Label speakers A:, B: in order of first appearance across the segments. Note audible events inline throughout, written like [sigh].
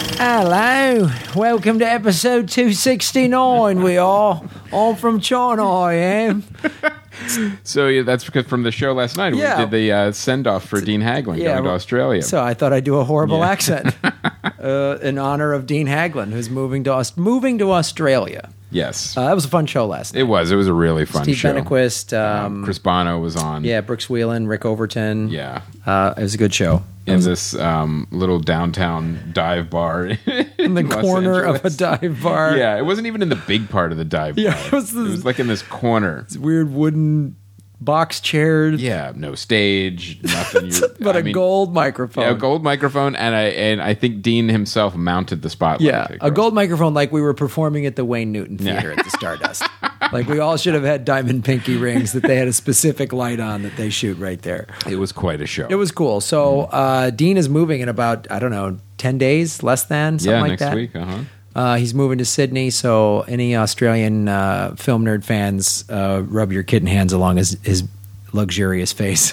A: Hello, welcome to episode 269. We are. I'm from China, I am.
B: So yeah, that's because from the show last night
A: Yeah.
B: we did the uh, send off for Dean Haglund going to
A: well,
B: Australia.
A: So I thought I'd do a horrible
B: Yeah. [laughs]
A: accent uh, in honor of Dean Haglund, who's moving to, Aus- moving to Australia.
B: yes,
A: Uh, that was a fun show last night.
B: it was. It was a really fun
A: Steve
B: show.
A: Bennequist, um,
B: Chris Bono was on.
A: yeah, Brooks Wheelan, Rick Overton.
B: yeah.
A: Uh, it was a good show.
B: In this um, little downtown dive bar [laughs]
A: In the corner of a dive bar.
B: Yeah, it wasn't even in the big part of the dive
A: [laughs] Yeah,
B: bar.
A: it was this-
B: it was like in this corner.
A: Weird wooden box chair,
B: Yeah, no stage, nothing. You're-
A: [laughs] but
B: I
A: a
B: mean,
A: gold microphone.
B: yeah, a gold microphone, and I and I think Dean himself mounted the spotlight.
A: Yeah, a
B: across-
A: gold microphone like we were performing at the Wayne Newton
B: Yeah.
A: Theater at the
B: [laughs]
A: Stardust. like we all should have had diamond pinky rings that they had a specific light on that they shoot right there.
B: It was quite a show.
A: It was cool. So uh, Dean is moving in about I don't know ten days, less than something
B: yeah
A: like
B: next
A: that.
B: week. Uh huh.
A: Uh, he's moving to Sydney, so any Australian uh, film nerd fans, uh, rub your kitten hands along his, his luxurious
B: [laughs]
A: face.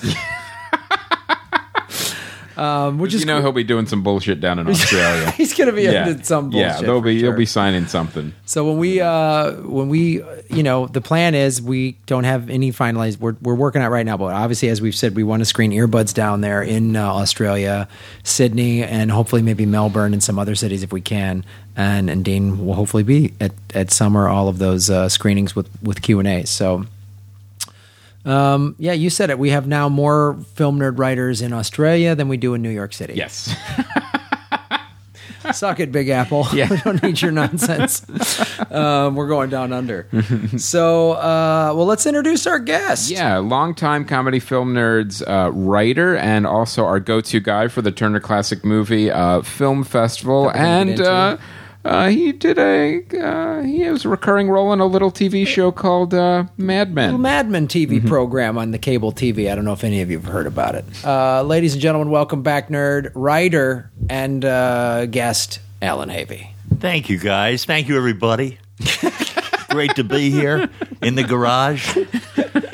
A: um, which is
B: you know he'll be doing some bullshit down in Australia.
A: [laughs] he's going to be in some bullshit.
B: Yeah, they'll
A: for
B: be
A: sure.
B: he'll be signing
A: [laughs]
B: something.
A: So when we uh when we uh, you know the plan is we don't have any finalized we're we're working out right now but obviously as we've said we want to screen earbuds down there in uh, Australia, Sydney and hopefully maybe Melbourne and some other cities if we can and and Dean will hopefully be at at some or all of those uh, screenings with with Q&A. So um yeah, you said it. We have now more film nerd writers in Australia than we do in New York City.
B: Yes,
A: Suck it, Big Apple.
B: Yeah.
A: [laughs] we don't need your nonsense. um, we're going down under. so, uh, well, let's introduce our guest.
B: [laughs] yeah, longtime comedy film nerds uh, writer and also our go-to guy for the Turner Classic Movie uh, Film Festival,
A: we're gonna
B: and
A: get into.
B: uh, uh, he did a uh, he has a recurring role in a little TV show called uh, Mad
A: Little
B: Men.
A: Mad Men TV
B: Mm-hmm.
A: program on the cable TV. I don't know if any of you have heard about it. Uh, ladies and gentlemen, welcome back, nerd, writer, and uh, guest, Alan Havey. [laughs]
C: Thank you, guys. Thank you, everybody. Great to be here in the garage.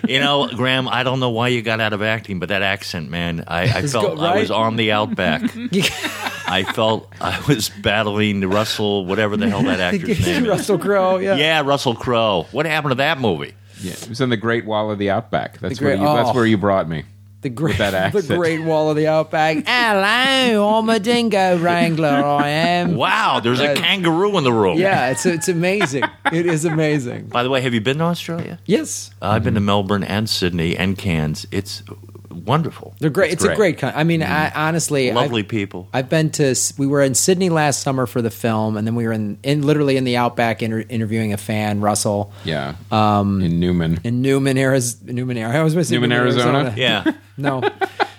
C: You know, Graham, I don't know why you got out of acting, but that accent, man, I, I
A: It's
C: felt
A: go- right?
C: I was on
A: [laughs]
C: the outback. I felt I was battling the Russell, whatever the hell
A: [laughs]
C: that actor's name is.
A: Russell Crowe, yeah.
C: Yeah, Russell Crowe. What happened to that movie?
B: Yeah, it was in the Great Wall of the Outback. That's
A: Great-
B: where you,
A: oh.
B: that's where you brought me.
A: The great, [laughs]
B: that
A: the
B: accent.
A: great wall of the outback. Hello, I'm a dingo wrangler. I am.
C: Wow, there's a
A: Right.
C: kangaroo in the room.
A: Yeah, it's it's amazing. It is amazing.
C: By the way, have you been to Australia? Uh,
A: Yes.
C: I've been to Melbourne and Sydney and Cairns. It's wonderful.
A: They're great. It's,
B: It's
A: a
B: great.
A: great. Con- I mean, I, honestly,
C: Lovely
A: I've,
C: people.
A: I've been to. S- We were in Sydney last summer for the film, and then we were in, in literally in the outback inter- interviewing a fan, Russell
B: Yeah, um, in Newman.
A: in Newman, Arizona. Newman, Ari- I always miss
B: Newman, Arizona?
A: [laughs]
C: yeah.
A: No,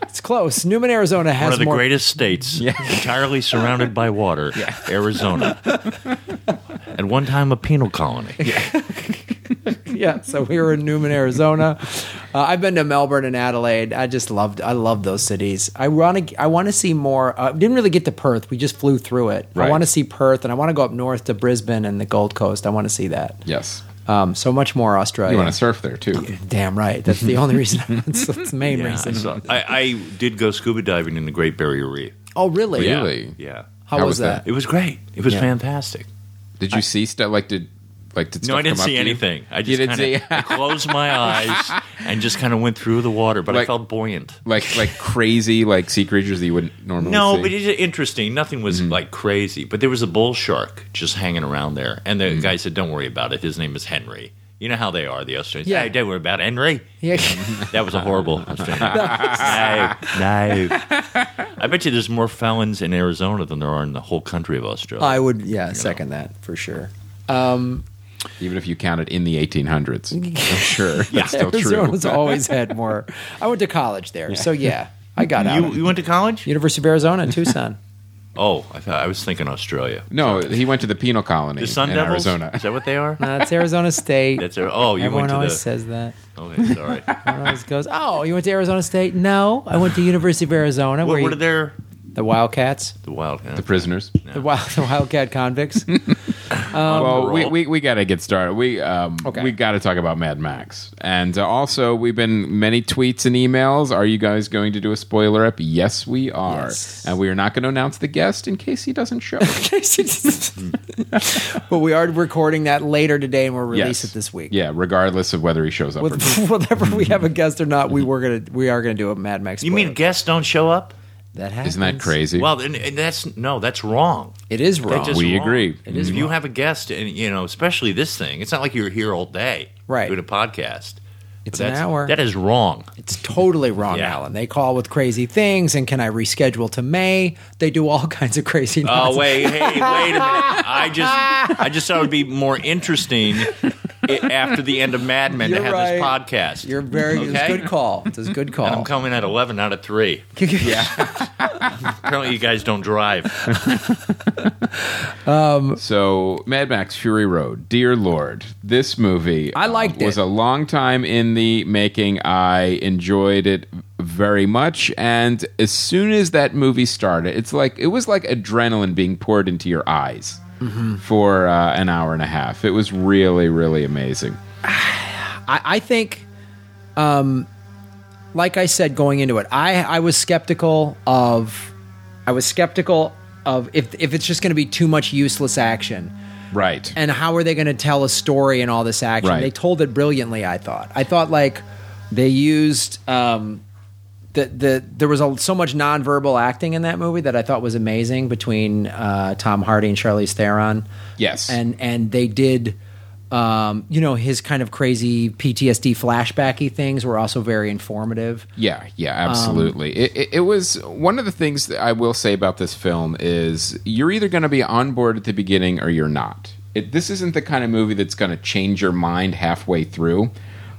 A: it's close. Newman, Arizona has
C: one of the
A: more.
C: greatest
B: [laughs]
C: states, entirely surrounded by water, Arizona. At one time, a penal
B: [laughs]
C: colony.
A: yeah, so we were in Newman, Arizona. Uh, I've been to Melbourne and Adelaide. I just loved. I love those cities. I want to. I want to see more. I didn't really get to Perth. We just flew through it. I
B: Right.
A: want to see Perth, and I want to go up north to Brisbane and the Gold Coast. I want to see that.
B: Yes,
A: Um, so much more Australia.
B: you want to surf there too.
A: Damn right. That's the only reason. that's, that's the main
C: Yeah,
A: reason.
C: so I, I did go scuba diving in the Great Barrier Reef.
A: Oh, really?
B: Yeah. Really?
C: Yeah.
A: How,
B: How
A: was
B: was
A: that?
B: that?
C: It was great. It was
A: Yeah.
C: fantastic.
B: Did you see stuff? Like did like did
C: no,
B: stuff
C: I didn't
B: come up to
C: see
B: you?
C: anything. I
B: You
C: just
B: didn't
C: kinda,
B: see-
C: [laughs] I closed my eyes and just kind of went through the water, but I
B: Like-
C: felt buoyant.
B: like like crazy like sea creatures that you wouldn't normally
C: No,
B: see.
C: but it's interesting. Nothing was like crazy, but there was a bull shark just hanging around there, and the guy said, "Don't worry about it." His name is Henry. You know how they are, the Australians.
A: Yeah.
C: Yeah, don't worry about it, Henry.
A: Yeah.
C: [laughs] That was a horrible Australian. no, no. I bet you there's more felons in Arizona than there are in the whole country of Australia.
A: I would, yeah, second that for sure. Um, [laughs]
B: even if you count it in the 1800s,
C: [laughs]
B: I'm sure that's still true. [laughs]
A: Arizona's always had more. I went to college there, so yeah, I got out.
C: you, you went to college?
A: University of Arizona, Tucson.
C: Oh, I thought I was thinking Australia.
B: No, he went to the penal colony
C: The Sun
B: in
C: Devils?
B: Arizona.
C: Is that what they are?
A: Uh, it's Arizona State.
C: That's a, oh, you
A: Everyone
C: went to
A: always
C: the.
A: says that. [laughs]
C: Okay, sorry. What,
A: Everyone always goes, "Oh, you went to Arizona State?" No, I went to University of Arizona. where
C: what
A: you-
C: are their
A: the Wildcats,
C: the wild?
B: The prisoners.
A: [laughs] the, wild, the Wildcat convicts. Um,
B: well, we,
C: roll.
B: we, we got to get started. We um,
A: Okay.
B: we got to talk about Mad Max, and uh, also we've been many tweets and emails. Are you guys going to do a spoiler up? Yes, we are,
A: Yes.
B: and we are not going to announce the guest in case he doesn't show.
A: [laughs] but we are recording that later today, and we'll [laughs] release
B: Yes.
A: it this week.
B: Yeah, regardless of whether he shows up or not.
A: With, [laughs] whether we have a guest or not, we were gonna we are gonna do a Mad Max.
C: You mean
A: spoiler.
C: guests don't show up?
A: that happens?
B: Isn't that crazy?
C: Well, and, and that's no, that's wrong.
A: It is
C: That
A: wrong.
C: just
B: We
C: wrong.
B: agree. Mm-hmm. It
C: If you have a guest, and you know, especially this thing, it's not like you're here all day
A: Right.
C: doing a podcast.
A: It's
C: But
A: an
C: that's-
A: hour.
C: That is wrong.
A: It's totally wrong,
C: Yeah.
A: Alan. They call with crazy things, and can I reschedule to May? They do all [laughs] kinds of crazy.
C: Oh
A: nonsense.
C: wait,
A: [laughs]
C: hey, wait a minute. I just, I just thought it would be more interesting i- after the end of Mad Men
A: You're
C: to have
A: right.
C: this podcast.
A: You're very it's a
C: Okay.
A: good call. It's a good
C: and I'm
A: call.
C: coming at eleven out of three.
A: [laughs] yeah.
C: Apparently, you guys don't drive.
B: So, Mad Max Fury Road. Dear Lord, this movie uh,
A: I liked
B: was
A: it.
B: a long time in the making. I enjoyed it very much, and as soon as that movie started, it's like it was like adrenaline being poured into your eyes
A: Mm-hmm.
B: for uh, an hour and a half. It was really, really amazing.
A: I, I think, um, like I said going into it, I, I was skeptical of, I was skeptical of if if it's just going to be too much useless action.
B: Right.
A: and how are they going to tell a story in all this action?
B: Right.
A: They told it brilliantly. I thought. I thought like they used um, the the there was a, so much nonverbal acting in that movie that I thought was amazing between uh, Tom Hardy and Charlize Theron.
B: Yes.
A: and and they did. Um, you know his kind of crazy PTSD flashbacky things were also very informative.
B: Yeah, yeah, absolutely. it, it, it was one of the things that I will say about this film is you're either going to be on board at the beginning or you're not. It, this isn't the kind of movie that's going to change your mind halfway through.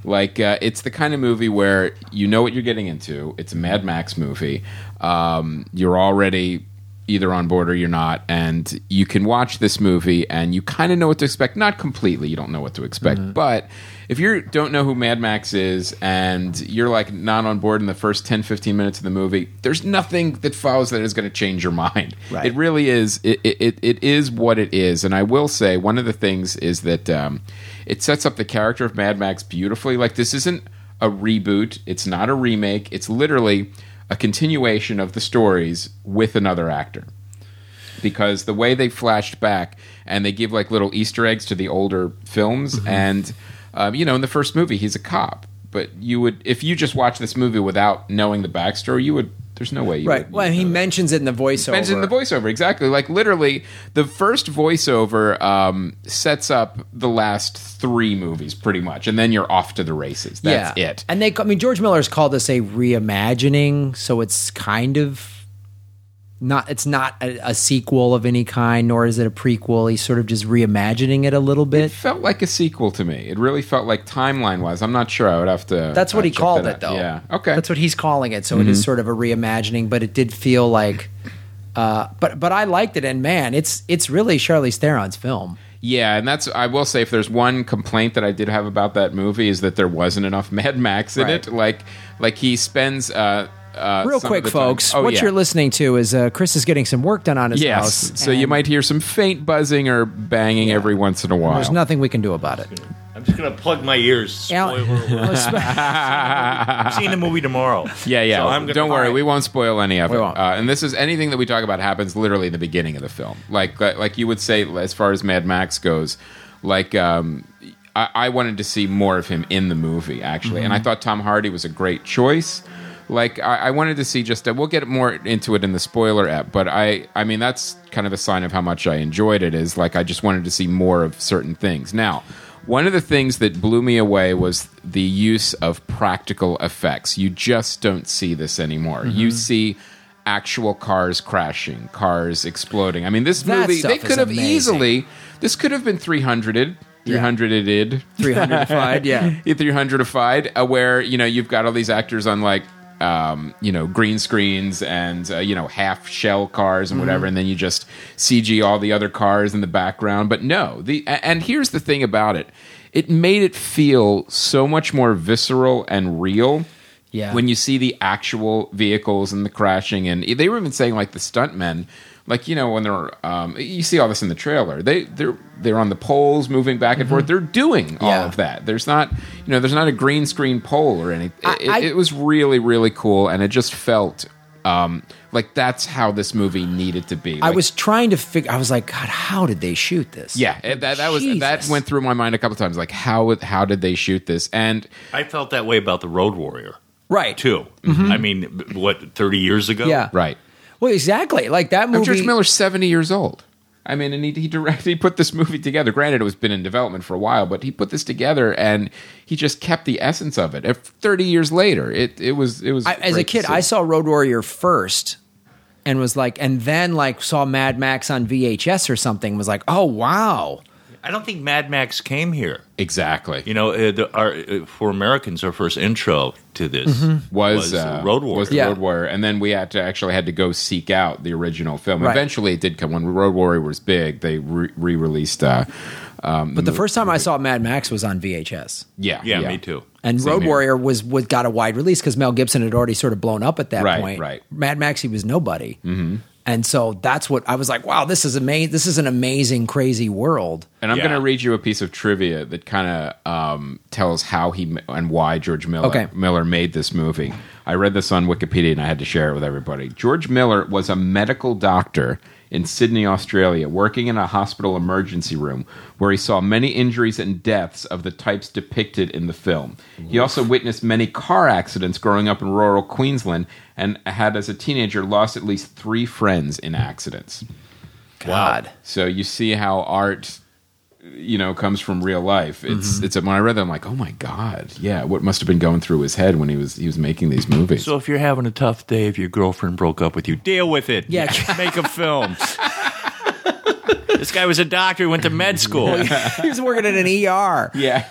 B: Like uh, it's the kind of movie where you know what you're getting into. It's a Mad Max movie. Um, you're already either on board or you're not and you can watch this movie and you kind of know what to expect not completely you don't know what to expect but if you don't know who mad max is and you're like not on board in the first 10 15 minutes of the movie there's nothing that follows that is going to change your mind
A: Right.
B: it really is it, it, it- it is what it is and i will say one of the things is that um, it sets up the character of mad max beautifully like this isn't a reboot it's not a remake it's literally a continuation of the stories with another actor because the way they flashed back and they give like little Easter eggs to the older films,
A: Mm-hmm.
B: and um, you know, in the first movie, he's a cop, but you would if you just watch this movie without knowing the backstory, you would. There's no way you
A: Right.
B: would.
A: Well, he mentions it in the voiceover.
B: Mentioned the voiceover exactly. Like literally, the first voiceover um, sets up the last three movies pretty much, and then you're off to the races. That's
A: yeah.
B: it.
A: And they, I mean, George Miller's called this a reimagining, so it's kind of not. It's not a, a sequel of any kind, nor is it a prequel. He's sort of just reimagining it a little bit.
B: felt like a sequel to me. It really felt like timeline wise. I'm not sure. I would have to.
A: That's what
B: uh,
A: he
B: check
A: called
B: that
A: it,
B: out.
A: though.
B: Yeah. Okay. Mm-hmm.
A: That's what he's calling it. So it is sort of a reimagining, but it did feel like. Uh, but but I liked it, and man, it's it's really Charlize Theron's film.
B: Yeah, and that's I will say if there's one complaint that I did have about that movie is that there wasn't enough [laughs] Mad Max in
A: Right.
B: it. Like like he spends uh uh
A: Real
B: some of
A: quick,
B: the time-
A: folks,
B: Oh,
A: what
B: yeah.
A: you're listening to is uh, Chris is getting some work done on his
B: Yes.
A: house.
B: So you
A: and
B: might hear some faint buzzing or banging every once in a while.
A: There's nothing we can do about it.
C: I'm just gonna plug my ears. Spoiler
A: Alan-
C: alert.
A: [laughs]
C: I'm seeing the movie tomorrow.
B: yeah, yeah.
C: So I'm gonna-
B: Don't worry,
C: all right.
B: we won't spoil any of
A: We
B: it.
A: won't.
B: Uh, and this is anything that we talk about happens literally in the beginning of the film. Like like, like you would say, as far as Mad Max goes, like um, I, I wanted to see more of him in the movie actually, and I thought Tom Hardy was a great choice. Like I, I wanted to see just uh, we'll get more into it in the spoiler app, but I I mean that's kind of a sign of how much I enjoyed it is like I just wanted to see more of certain things. Now, one of the things that blew me away was the use of practical effects. You just don't see this anymore. You see actual cars crashing, cars exploding. I mean, this
A: That
B: movie,
A: stuff
B: they
A: is
B: could have
A: amazing.
B: easily, this could have been 300
A: Yeah.
B: [laughs] 300
A: Three hundred
B: [laughs]
A: fied, yeah.
B: 300ified, uh, where, you know, you've got all these actors on like, um, you know, green screens and, uh, you know, half shell cars and
A: Mm-hmm.
B: whatever. And then you just CG all the other cars in the background. But no, the, a- and here's the thing about it it made it feel so much more visceral and real
A: Yeah.
B: When you see the actual vehicles and the crashing, and they were even saying like the stuntmen, like you know when they're um, you see all this in the trailer. They they're they're on the poles moving back and forth. They're doing all
A: Mm-hmm. Yeah.
B: of that. There's not you know there's not a green screen pole or anything.
A: I-
B: It,
A: I-
B: it was really really cool, and it just felt. Um, like that's how this movie needed to be.
A: I
B: Like,
A: was trying to figure. I was like, God, how did they shoot this?
B: yeah, eh, that that was that
A: Jesus.
B: went through my mind a couple times. Like how how did they shoot this? And
C: I felt that way about the Road Warrior
A: right.
C: too. I mean, b- what thirty years ago?
A: Mm-hmm. Yeah.
B: right,
A: Well, exactly. Like that
B: now,
A: movie.
B: George Miller's seventy years old. I mean, and he he directed, [laughs] he put this movie together. Granted, it was been in development for a while, but he put this together, and he just kept the essence of it. Eh, Thirty years later, it it was it was
A: I, as a
B: great to
A: kid,
B: see.
A: I saw Road Warrior first, and was like, and then like saw Mad Max on VHS or something. Was like, oh wow,
C: I don't think Mad Max came here.
B: exactly
C: You know, uh, the, our, uh, for Americans, our first intro to this
A: Mm-hmm.
B: was, uh,
C: Road
B: was
C: Warrior.
B: the
A: Yeah.
B: Road Warrior, and then we had to actually had to go seek out the original film.
A: Right.
B: Eventually, it did come when Road Warrior was big. They re released. Uh,
A: But the first time I saw Mad Max was on VHS.
B: yeah,
C: Yeah, me too.
A: And
B: Same
A: Road
B: here.
A: Warrior was, was got a wide release because Mel Gibson had already sort of blown up at that
B: Right,
A: point.
B: right.
A: Mad Max, he was nobody. Mm-hmm. And so that's what I was like, wow, this is amazing. This is an amazing, crazy world. [laughs]
B: And I'm
C: Yeah.
B: going to read you a piece of trivia that kind of um, tells how he m- and why George Miller
A: Okay.
B: Miller made this movie. I read this on Wikipedia and I had to share it with everybody. George Miller was a medical doctor in Sydney, Australia, working in a hospital emergency room where he saw many injuries and deaths of the types depicted in the film. He also witnessed many car accidents growing up in rural Queensland and had as a teenager lost at least 3 friends in accidents.
A: God.
B: So you see how art, you know, comes from real life. It's
A: Mm-hmm.
B: it's when I read that I'm like, oh my god, yeah. What must have been going through his head when he was he was making these movies?
C: So if you're having a tough day, if your girlfriend broke up with you, deal with it.
A: Yeah.
C: [laughs] make a
A: [laughs]
C: film. this guy was a doctor. He went to med school. He
A: he was working at an ER.
B: yeah,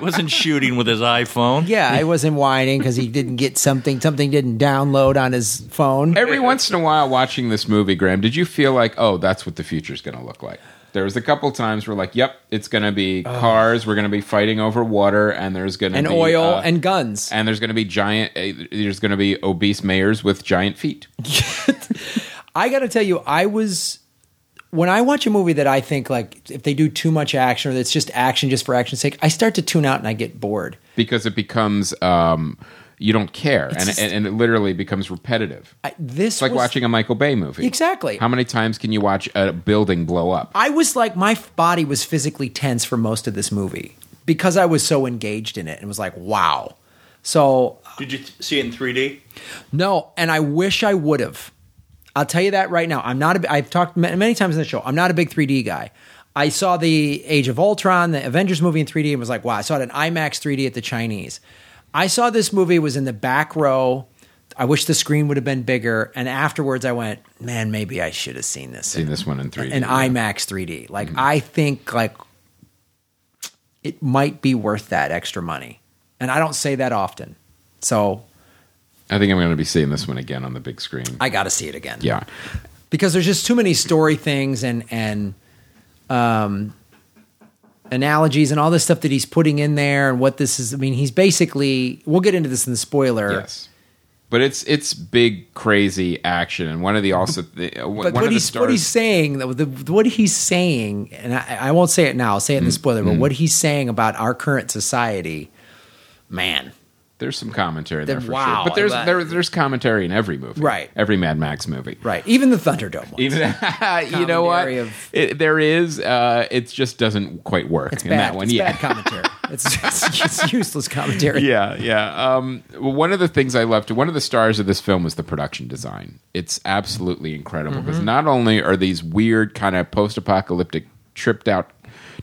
C: wasn't shooting with his iPhone.
A: Yeah, I wasn't whining because he didn't get something. Something didn't download on his phone.
B: every once in a while, watching this movie, Graham, did you feel like, oh, that's what the future's going to look like? There was a couple times where like, yep, it's going to be cars. We're going to be fighting over water, and there's going to
A: And
B: be,
A: oil
B: uh,
A: and guns.
B: and there's going to be giant. Uh, there's going to be obese mayors with giant feet.
A: [laughs] I got to tell you, I was when I watch a movie that I think like if they do too much action or that's just action just for action's sake, I start to tune out and I get bored.
B: because it becomes um, you don't care, and,
A: just-
B: and and it literally becomes repetitive.
A: I, this
B: it's like
A: was,
B: watching a Michael Bay movie.
A: Exactly.
B: How many times can you watch a building blow up?
A: I was like my f- body was physically tense for most of this movie because I was so engaged in it and was like, wow. So
C: Did you see it in 3D?
A: No, and I wish I would have. I'll tell you that right now. I'm not. A, I've talked ma- many times in the show. I'm not a big 3D guy. I saw the Age of Ultron, the Avengers movie in 3D, and was like, wow. I saw it in IMAX 3D at the Chinese. I saw this movie was in the back row. I wish the screen would have been bigger. And afterwards, I went, man, maybe I should have seen this.
B: Seen this one in three. Mm-hmm.
A: in IMAX 3D. Like I think like it might be worth that extra money. And I don't say that often. So
B: I think I'm going to be seeing this one again on the big screen.
A: I got to see it again.
B: yeah,
A: because there's just too many story things and and um, analogies and all this stuff that he's putting in there and what this is. I mean, he's basically. We'll get into this in the spoiler.
B: yes. But it's it's big crazy action, and one of the also the, uh, one
A: But
B: of
A: what
B: the
A: he's
B: stars,
A: what he's saying, the, the, what he's saying, and I, I won't say it now. I'll say
B: Mm-hmm.
A: it in the spoiler. But what he's saying about our current society, man,
B: there's some commentary there
A: Then
B: for
A: wow,
B: sure. But there's
A: I-
B: there, there's commentary in every movie,
A: Right.
B: Every Mad Max movie,
A: right? Even the Thunderdome, ones.
B: Even [laughs] you know what?
A: Commentary of-
B: It, there is. Uh, it just doesn't quite work
A: it's
B: in
A: bad.
B: that one.
A: it's
B: yeah.
A: bad commentary. it's, it's, it's useless commentary.
B: [laughs] yeah, yeah. Um, well, one of the things I loved, one of the stars of this film was the production design. It's absolutely incredible because not only are these weird kind of post-apocalyptic, tripped out,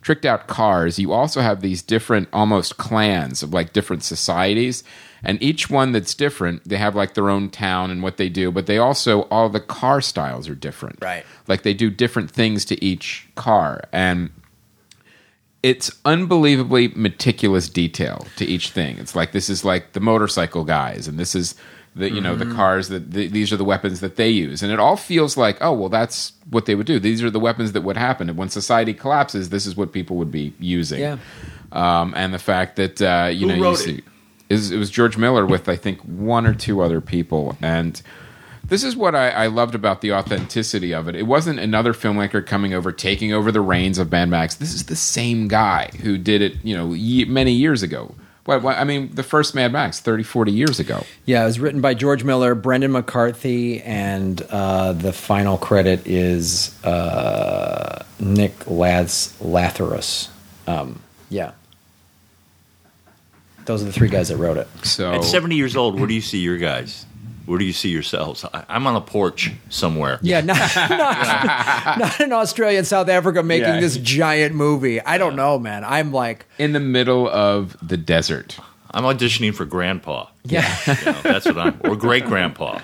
B: tricked out cars, you also have these different, almost clans of like different societies, and each one that's different. They have like their own town and what they do, but they also all the car styles are different.
A: Right.
B: Like they do different things to each car and it's unbelievably meticulous detail to each thing. It's like this is like the motorcycle guys, and this is the you know the cars that the, these are the weapons that they use, and it all feels like oh well that's what they would do. These are the weapons that would happen, and when society collapses, this is what people would be using.
A: Yeah.
B: Um, and the fact that uh, you
C: Who
B: know
C: wrote
B: you see,
C: it?
B: is it was George Miller with I think one or two other people, and this is what I, I loved about the authenticity of it. It wasn't another filmmaker coming over taking over the reins of Mad Max. This is the same guy who did it, you know, ye- many years ago. What, what, I mean, the first Mad Max, 30, 40 years ago.
A: Yeah, it was written by George Miller, Brendan McCarthy, and uh, the final credit is uh, Nick Lads Lathorus. Um, yeah, those are the three guys that wrote it.
B: So
C: At 70 years old, where do you see your guys? Where do you see yourselves? I, I'm on a porch somewhere.
A: Yeah, not [laughs] not, not in Australia and South Africa making
B: Yeah.
A: this giant movie. I don't know, man. I'm like,
B: in the middle of the desert.
C: I'm auditioning for grandpa.
A: yeah,
C: You know, that's what I'm, or great grandpa.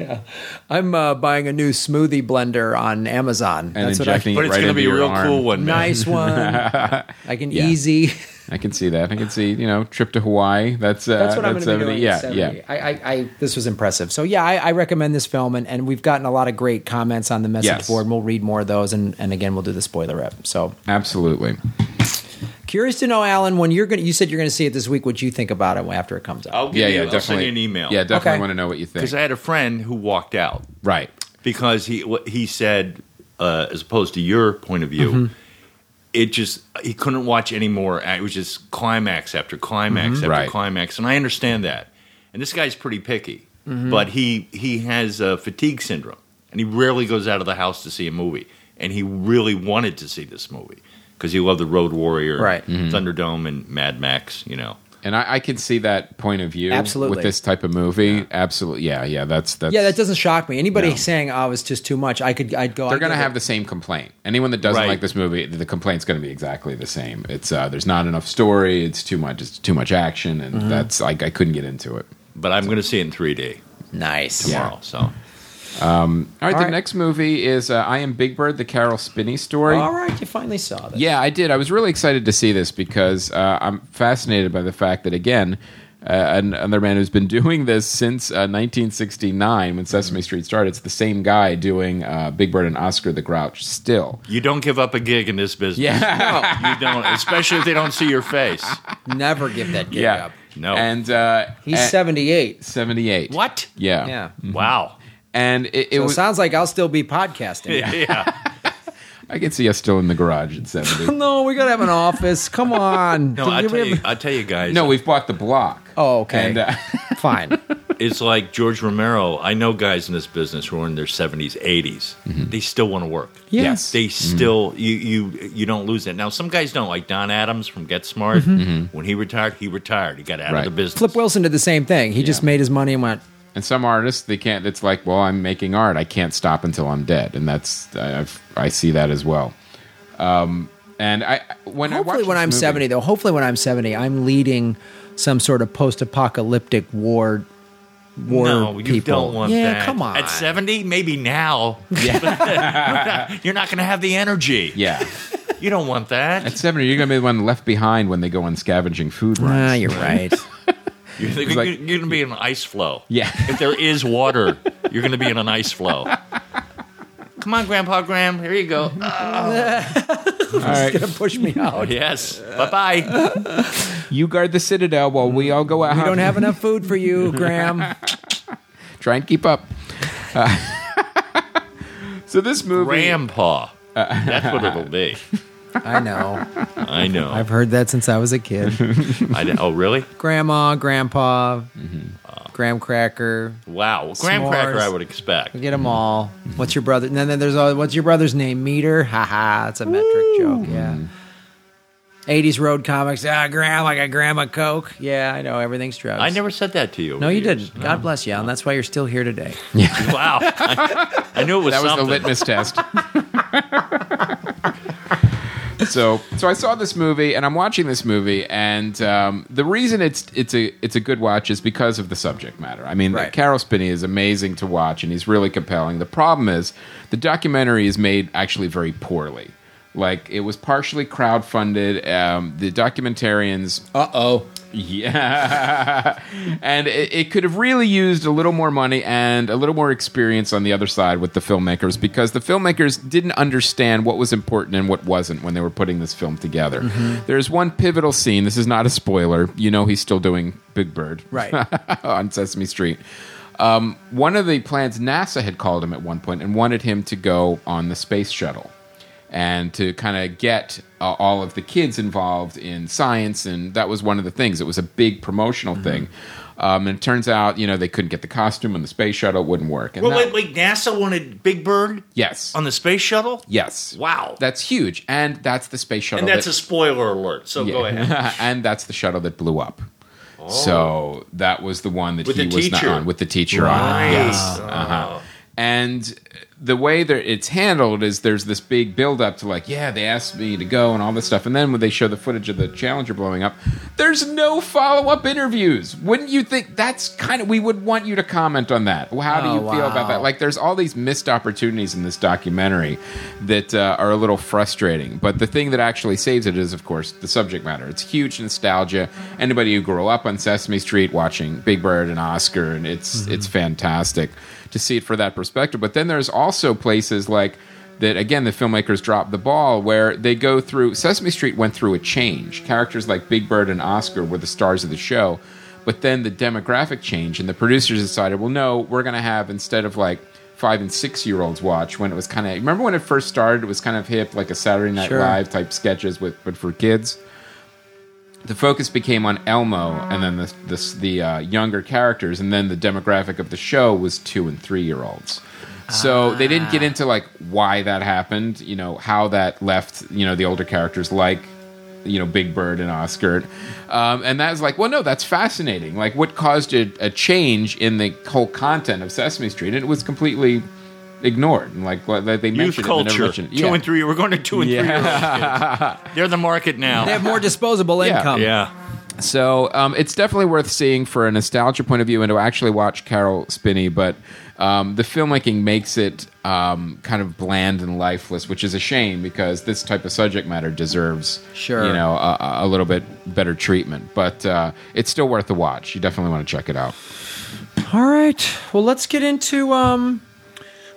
A: [laughs] I'm uh, buying a new smoothie blender on Amazon.
B: And
A: That's what I.
B: injecting
C: But
B: it
C: it's
B: right
C: going
B: into
C: to be a
B: your
C: real
B: arm.
C: cool one, man.
A: Nice
B: [laughs]
A: one. I can
B: Yeah.
A: easy.
B: I can see that. I can see, you know, trip to Hawaii. That's uh,
A: That's what I'm going
B: that's
A: to be doing. at
B: everything.
A: 70.
B: Yeah, yeah.
A: I, I, I, this was impressive. So yeah, I, I recommend this film, and, and we've gotten a lot of great comments on the message
B: Yes.
A: board. and We'll read more of those, and, and again, we'll do the spoiler rep. So
B: Absolutely.
A: curious to know, Alan, when you're going, to you said you're going to see it this week. What you think about it after it comes out?
C: I'll give
B: Yeah,
C: you,
B: yeah,
C: I'll
B: definitely.
C: send you an email.
B: Yeah, definitely
A: Okay.
B: want to know what you think.
C: Because I had a friend who walked out
B: right.
C: because he what he said, uh, as opposed to your point of view,
B: Mm-hmm.
C: it just he couldn't watch anymore. It was just climax after climax after
B: Mm-hmm. Right.
C: climax, and I understand that. And this guy's pretty picky,
B: Mm-hmm.
C: but he he has uh, fatigue syndrome, and he rarely goes out of the house to see a movie. And he really wanted to see this movie because he loved the Road Warrior,
A: Right.
C: Thunderdome, and Mad Max. You know,
B: And I, I can see that point of view
A: Absolutely.
B: with this type of movie. Absolutely. Yeah, yeah. That's that's
A: yeah, that doesn't shock me. Anybody
B: No.
A: saying, "Oh, it's just too much," I could, I'd go.
B: they're
A: I
B: going to
A: get it.
B: have the same complaint. Anyone that doesn't
C: Right.
B: like this movie, the complaint's going to be exactly the same. It's uh, there's not enough story. It's too much. It's too much action, and
C: Mm-hmm.
B: that's like I couldn't get into it.
C: but I'm going to see it in 3D
A: nice.
C: tomorrow. So
B: All right,
A: All
B: the
A: right.
B: next movie is uh, I Am Big Bird: The Carol Spinney Story.
C: Oh,
A: All right, you finally saw this.
B: Yeah, I did. I was really excited to see this because uh, I'm fascinated by the fact that again, uh, an- another man who's been [laughs] doing this since uh, 1969 when Sesame Street started. It's the same guy doing uh, Big Bird and Oscar the Grouch still.
C: you don't give up a gig in this business.
B: [laughs] Yeah.
C: you don't, especially if they don't see your face.
A: never give that gig
B: yeah.
A: up.
C: No.
B: And uh,
A: He's
B: and-
A: 78.
B: 78.
C: What?
B: Yeah.
A: Yeah.
C: Wow.
B: And it, it
A: So it
B: was.
A: sounds like I'll still be podcasting.
C: Yeah.
B: I can see us still in the garage at 70.
A: [laughs] No, we gotta have an office. Come
B: [laughs]
A: on.
C: No,
A: Did
C: I
A: we
C: tell
A: have-
C: you, I tell you guys.
B: no, we've bought the block.
A: Oh, okay.
B: And, uh,
A: [laughs] Fine.
C: it's like George Romero. I know guys in this business who are in their seventies, They still want to work.
B: Yes.
C: They still you you you don't lose that. Now some guys don't, like Don Adams from Get Smart. Mm-hmm. When he retired, he retired. He got out
B: Right.
C: of the business.
A: Flip Wilson did the same thing. He just made his money and went,
B: And some artists, they can't. It's like, well, I'm making art. I can't stop until I'm dead, and that's I- I've, I see that as well. Um, and I when I
A: hopefully
B: watch
A: when
B: this
A: I'm
B: movie-
A: 70 though, hopefully when I'm 70, I'm leading some sort of post-apocalyptic war war
C: no,
A: people.
C: you don't want
A: yeah,
C: that.
A: come on.
C: At seventy, maybe now. [laughs] you're not going to have the energy.
B: yeah,
C: You don't want that.
B: at seventy, you're gonna be the one left behind when they go on scavenging food runs.
A: Ah, you're right.
C: You're,
B: like-
C: going to be in an ice flow.
B: [laughs] Yeah.
C: If there is water, you're going to be in an ice flow. Come on, Grandpa Graham. Here you go.
B: All right,
A: Gonna push me [laughs] out.
C: yes. Bye bye.
B: you guard the citadel while we all go out.
A: We don't have enough food for you, Graham.
B: try and keep up. Uh, [laughs] so this movie,
C: Grandpa.
B: Uh,
C: That's what it'll
B: [laughs]
C: be.
A: I know.
C: I know.
A: I've heard that since I was a kid.
C: I know. Oh, really?
A: Grandma, grandpa, graham cracker.
C: Wow. Well, [laughs] Graham
A: S'mores.
C: Cracker, I would expect.
A: We get them all. What's your brother? And then there's all, what's your brother's name? Meter? Haha, it's a metric joke. Yeah. 80s road comics. Ah, grandma, I got grandma Coke. Yeah, I know. Everything's drugs.
C: I never said that to you.
A: No,
C: over
A: you
C: the years.
A: didn't. God bless you, and that's why you're still here
B: [laughs]
A: today.
C: [laughs] Wow. I, I knew it was
B: That was the
C: something.
B: litmus test. [laughs] so, so I saw this movie, and I'm watching this movie, and um, the reason it's it's a it's a good watch is because of the subject matter. I mean,
A: Right.
B: Carol Spinney is amazing to watch, and he's really compelling. The problem is the documentary is made actually very poorly. Like it was partially crowdfunded. Um, the documentarians
A: Uh oh.
B: Yeah. [laughs] and it, it could have really used a little more money and a little more experience on the other side with the filmmakers because the filmmakers didn't understand what was important and what wasn't when they were putting this film together. There's one pivotal scene. This is not a spoiler. You know, he's still doing Big Bird
A: Right.
B: [laughs] on Sesame Street. Um, one of the plans NASA had called him at one point and wanted him to go on the space shuttle and to kind of get uh, all of the kids involved in science. And that was one of the things. It was a big promotional thing. Um, and it turns out, you know, they couldn't get the costume on the space shuttle. It wouldn't work. And
C: Well,
B: that-
C: wait, wait. NASA wanted Big Bird
B: Yes.
C: on the space shuttle.
B: yes.
C: Wow.
B: That's huge. And that's the space shuttle.
C: and that's
B: that-
C: a spoiler alert. So
B: [laughs]
C: go ahead.
B: and that's the shuttle that blew up. So that was the one that
C: Oh. With
B: he
C: the
B: was not
C: teacher.
B: on with the teacher on. it.
C: Nice.
B: Yes.
C: Oh.
B: Uh-huh. And the way that it's handled is there's this big build up to like, yeah, they asked me to go and all this stuff. And then when they show the footage of the Challenger blowing up, there's no follow up interviews. Wouldn't you think that's kind of we would want you to comment on that? How do
A: Oh,
B: you feel about
A: wow.
B: that? Like like there's all these missed opportunities in this documentary that uh, are a little frustrating but the thing that actually saves it is of course the subject matter it's huge nostalgia anybody who grew up on sesame street watching big bird and oscar and it's it's fantastic to see it for that perspective but then there's also places like that again the filmmakers dropped the ball where they go through sesame street went through a change characters like big bird and oscar were the stars of the show but then the demographic changed, and the producers decided, well, no, we're going to have instead of like five and six year olds watch when it was kind of remember when it first started, it was kind of hip, like a Saturday Night
A: Sure.
B: Live type sketches with but for kids. The focus became on Elmo, and then the the, the uh, younger characters, and then the demographic of the show was two and three year olds. So they didn't get into like why that happened, you know, how that left, you know, the older characters like you know Big Bird and Oscar, um, and that was like, well, no, that's fascinating. Like, what caused a, a change in the whole content of Sesame Street? And it was completely ignored. And like what- that they
C: Youth
B: mentioned it, but never
C: culture.
B: mentioned it.
C: Two and three. We're going to two and three.
B: Yeah.
C: [laughs] They're the market
A: They have
C: now.
A: more disposable
B: [laughs] Yeah.
A: income.
C: yeah.
B: so um, it's definitely worth seeing for a nostalgia point of view and to actually watch Carol Spinney. But um, the filmmaking makes it um, kind of bland and lifeless, which is a shame because this type of subject matter deserves,
A: Sure.
B: you know, a, a little bit better treatment. But uh, it's still worth the watch. You definitely want to check it out.
A: All right. Well, let's get into um,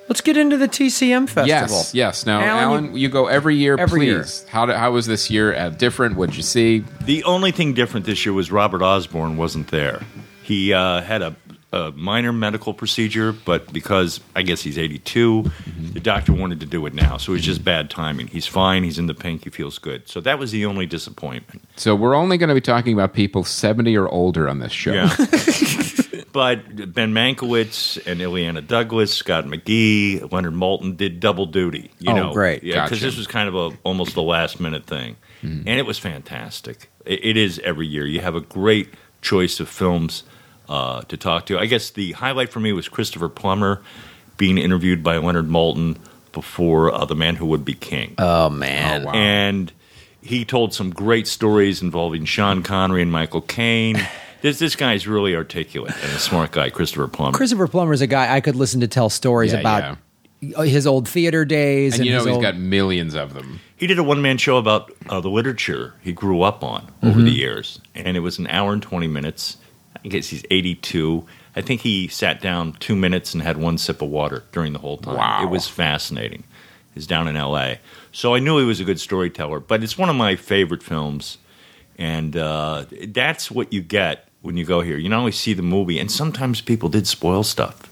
A: let's get into the TCM festival.
B: Yes, yes. Now,
A: Alan,
B: Alan, you, go every year.
A: Every year.
B: please. How do, how was this year uh, different? What'd you see?
C: The only thing different this year was Robert Osborne wasn't there. He uh, had a, a minor medical procedure, but because I guess he's 82,
B: Mm-hmm.
C: the doctor wanted to do it now. So it was just bad timing. He's fine. He's in the pink. He feels good. So that was the only disappointment.
B: So we're only going to be talking about people seventy or older on this show.
C: Yeah. but Ben Mankiewicz and Ileana Douglas, Scott McGee, Leonard Moulton did double duty. You
A: Oh,
C: know,
A: great.
C: Yeah, because
B: Gotcha.
C: this was kind of a almost the last minute thing, and it was fantastic. It, it is every year. You have a great choice of films uh, to talk to. I guess the highlight for me was Christopher Plummer being interviewed by Leonard Moulton before uh, The Man Who Would Be King
A: Oh man.
B: Oh, wow.
C: and he told some great stories involving Sean Connery and
B: [sighs]
C: Michael Caine. This this guy's really articulate and a smart guy, Christopher Plummer.
A: Christopher Plummer is a guy I could listen to tell stories
B: Yeah,
A: about his old theater days,
B: And you know
A: his
B: he's
A: old-
B: got millions of them.
C: he did a one man show about uh, the literature he grew up on over
B: Mm-hmm.
C: the years, and it was an hour and twenty minutes. I guess he's eighty two. I think he sat down two minutes and had one sip of water during the whole time.
B: Wow.
C: It was fascinating. He's down in L.A., so I knew he was a good storyteller. But it's one of my favorite films. and uh, that's what you get when you go here. You not only see the movie, and sometimes people did spoil stuff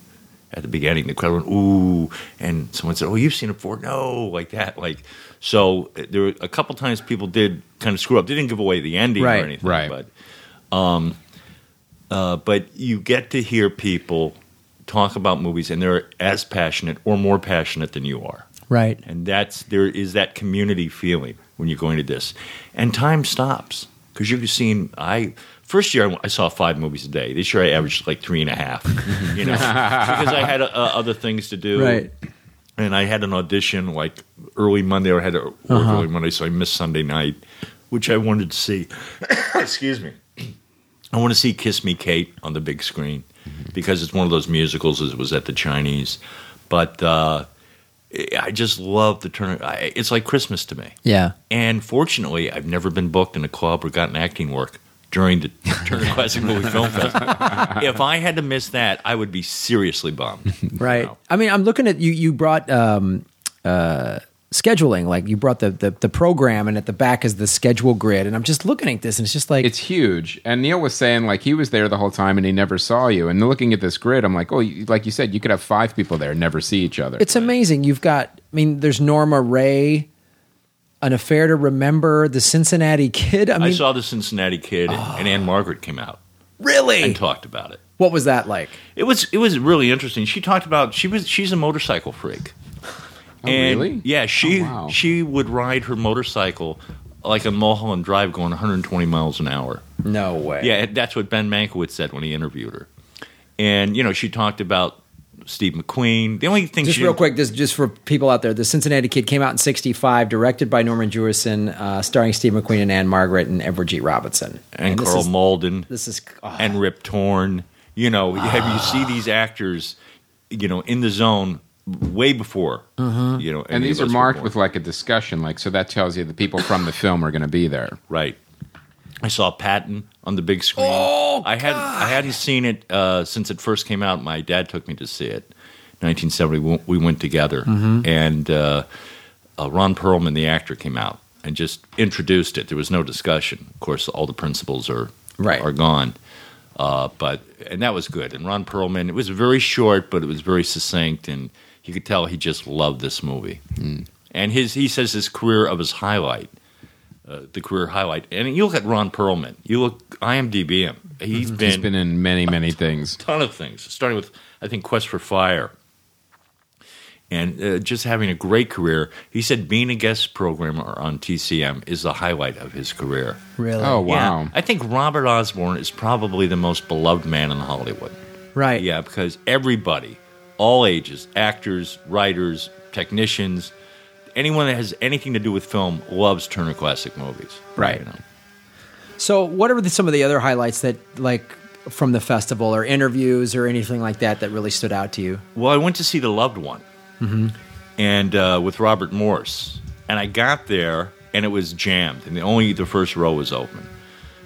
C: at the beginning. The crowd went ooh, and someone said, "Oh, you've seen it before?" No, like that, like so. uh, There were a couple times people did kind of screw up. They didn't give away the ending
A: Right,
C: or anything,
B: right.
C: But, um, uh, but you get to hear people talk about movies, and they're as passionate or more passionate than you are
A: right.
C: and that's there is that community feeling when you're going to this and time stops because you're seeing i first year I, I saw five movies a day this year i averaged like three and a half you
A: [laughs]
C: know because i had uh, other things to do
A: Right.
C: and i had an audition like early monday or i had to work
A: Uh-huh.
C: early monday so i missed sunday night which i wanted to see [coughs] excuse me I want to see Kiss Me Kate on the big screen because it's one of those musicals as it was at the Chinese. But uh, I just love the turn. I, it's like Christmas to me.
A: Yeah.
C: And fortunately, I've never been booked in a club or gotten acting work during the Turner Classic Movie Film Festival. if I had to miss that, I would be seriously bummed.
A: right? I mean, I'm looking at you. You brought um, uh, scheduling, like you brought the, the the program, and at the back is the schedule grid. And I'm just looking at this, and it's just like
B: It's huge. And Neil was saying like he was there the whole time and he never saw you. And looking at this grid, I'm like, oh, you, like you said, you could have five people there and never see each other.
A: It's amazing. You've got, I mean, there's Norma Ray, An Affair to Remember, The Cincinnati Kid. I
C: I
A: mean,
C: saw the Cincinnati Kid, and, and Anne Margaret came out
A: really?
C: and talked about it.
A: what was that like?
C: It was it was really interesting. She talked about she was she's a motorcycle freak. and
B: really?
C: Yeah, she
B: Oh, wow.
C: she would ride her motorcycle like a Mulholland Drive going 120 miles an hour.
A: No way.
C: Yeah, that's what Ben Mankiewicz said when he interviewed her. And you know, she talked about Steve McQueen. The only thing
A: Just
C: she
A: real quick, this just for people out there, The Cincinnati Kid came out in '65, directed by Norman Jewison, uh, starring Steve McQueen and Anne Margaret and Edward G. Robinson
C: and,
A: this
C: Carl
A: is-
C: Malden
A: This is oh,
C: and Rip Torn. You know, have you see these actors, you know, in the zone way before,
A: Mm-hmm.
C: you know,
B: and
C: any
B: these
C: of
B: are
C: us were
B: marked
C: born.
B: with like a discussion, like so that tells you the people from the film are going to be there.
C: Right. I saw Patton on the big screen.
A: Oh,
C: I had I hadn't seen it uh, since it first came out. My dad took me to see it. 1970. We, we went together,
A: Mm-hmm.
C: and uh, uh, Ron Perlman, the actor, came out and just introduced it. There was no discussion. Of course, all the principals are
A: Right.
C: are gone. Uh, but and that was good. And Ron Perlman. It was very short, but it was very succinct, and you could tell he just loved this movie. And his he says his career of his highlight uh, the career highlight. And you look at Ron Perlman. You look IMDb him. He's been,
B: Mm-hmm. He's been in many, many things.
C: a ton of things, starting with I think Quest for Fire, and uh, just having a great career. He said being a guest programmer on TCM is the highlight of his career.
A: really?
B: Oh wow!
C: Yeah. I think Robert Osborne is probably the most beloved man in Hollywood.
A: right.
C: Yeah, because everybody, all ages, actors, writers, technicians, anyone that has anything to do with film loves Turner Classic Movies.
A: Right.
C: You know?
A: So, what are the, some of the other highlights that like from the festival, or interviews, or anything like that that really stood out to you?
C: Well, I went to see The Loved One, and uh, with Robert Morse, and I got there and it was jammed, and the only the first row was open.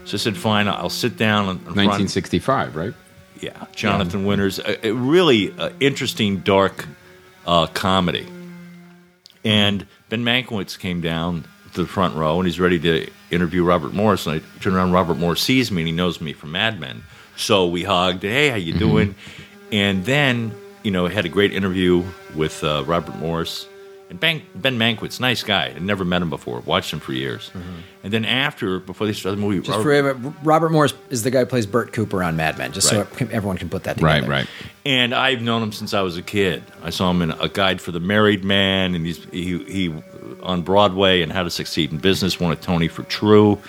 C: So I said, "Fine, I'll sit down." In front.
B: 1965, right?
C: yeah, Jonathan Winters, a, a really uh, interesting dark uh, comedy, and Ben Mankiewicz came down to the front row and he's ready to interview Robert Morris, and I turn around, Robert Morris sees me and he knows me from Mad Men, so we hugged, hey, how you doing? And then you know, had a great interview with uh, Robert Morris. And Ben, ben Mankiewicz, nice guy. I never met him before. Watched him for years. And then after, before they started the movie,
A: Just
C: Robert-
A: for everyone, Robert Morris is the guy who plays Burt Cooper on Mad Men. Just so everyone can put that together.
B: Right, right.
C: And I've known him since I was a kid. I saw him in A Guide for the Married Man, and he's he, he on Broadway and How to Succeed in Business. Won a Tony for True,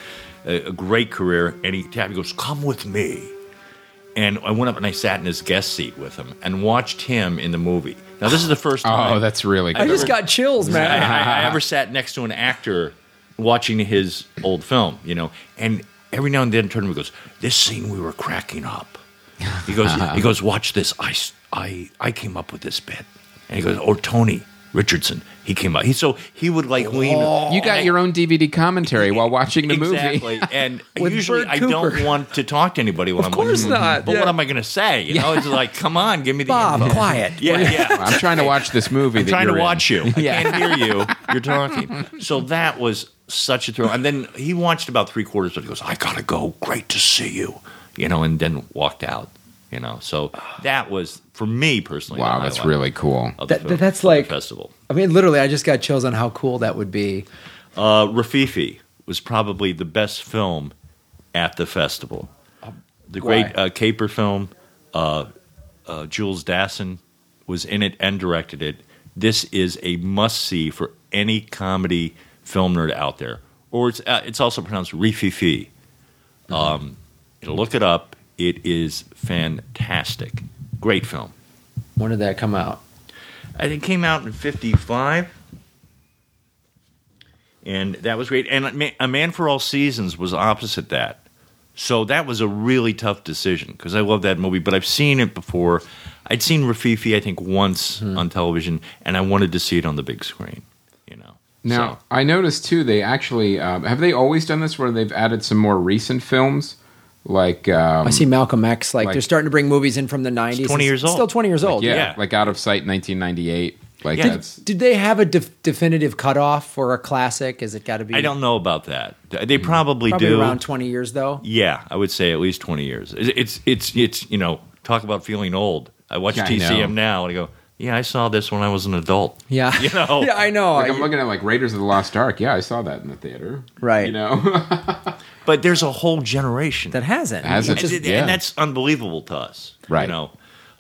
C: a, a great career. And he tapped. He goes, "Come with me." And I went up and I sat in his guest seat with him and watched him in the movie. Now this is the first time.
B: Oh, that's really.
A: I
B: Cool.
A: just got chills,
C: I,
A: man.
C: I, I ever sat next to an actor watching his old film, you know, and every now and then turned to me and goes, "This scene we were cracking up." He goes, he goes, "Watch this. I, s- I- I came up with this bit." And he goes, "Or Tony Richardson, he came up." He so he would like lean.
B: you got your own DVD commentary
C: [laughs]
B: while watching the movie.
C: Exactly, and
A: [laughs] With
C: usually
A: Bert
C: I
A: Cooper.
C: don't want to talk to anybody when
A: Of
C: I'm
A: course
C: watching.
A: not,
C: But
A: yeah.
C: what am I going to say? You know, it's like, come on, give me the
A: Bob,
C: info.
A: quiet.
C: [laughs] Yeah, yeah.
B: I'm trying to watch this movie.
C: [laughs] I'm
B: that
C: trying
B: you're
C: to
B: in.
C: watch you. I can't
B: [laughs]
C: hear you. You're talking. So that was such a thrill. And then he watched about three quarters of it. He goes, I gotta go. Great to see you. You know, and then walked out. You know, so that was for me personally.
B: Wow,
C: the
B: that's
C: highlight
B: really cool.
C: of the
A: That-
C: film-
A: that's
C: of the
A: like-
C: festival.
A: I mean, literally, I just got chills on how cool that would be.
C: Uh, Rafifi was probably the best film at the festival. The
A: Why?
C: great uh, caper film. Uh, uh, Jules Dassin was in it and directed it. This is a must see for any comedy film nerd out there. Or it's uh, it's also pronounced Rififi. Um, look it up. It is fantastic. Great film.
A: When did that come out?
C: And it came out in 55. And that was great. And Ma- A Man for All Seasons was opposite that. So that was a really tough decision because I love that movie, but I've seen it before. I'd seen Rafifi, I think, once
A: Hmm.
C: on television, and I wanted to see it on the big screen, you know.
B: Now
C: So-
B: um, I noticed too. They actually uh, have they always done this where they've added some more recent films Like um,
A: I see Malcolm X. Like,
B: like-
A: they're starting to bring movies in from the '90s.
C: 20 years old.
A: Still 20 years old.
B: Um, yeah,
C: Oh, yeah.
B: like out of sight, 1998. Like
C: Yeah.
B: that's
A: Did they have a def- definitive cutoff for a classic? Is it got to be?
C: I don't know about that. They probably,
A: Hmm. Probably
C: do.
A: around 20 years though.
C: yeah, I would say at least twenty years. It's it's it's, it's you know talk about feeling old. I watch
B: Yeah, I
C: TCM
B: know.
C: now and I go, yeah, I saw this when I was an adult.
A: Yeah.
C: [laughs] You know?
A: [laughs] yeah, Oh, I know.
B: Like I'm looking at like Raiders of the Lost Ark. Yeah, I saw that in the theater.
A: Right.
B: You know, [laughs]
C: But there's a whole generation
A: that hasn't.
B: Hasn't.
A: It's just-
C: and,
B: yeah.
C: and that's unbelievable to us.
B: Right.
C: You know.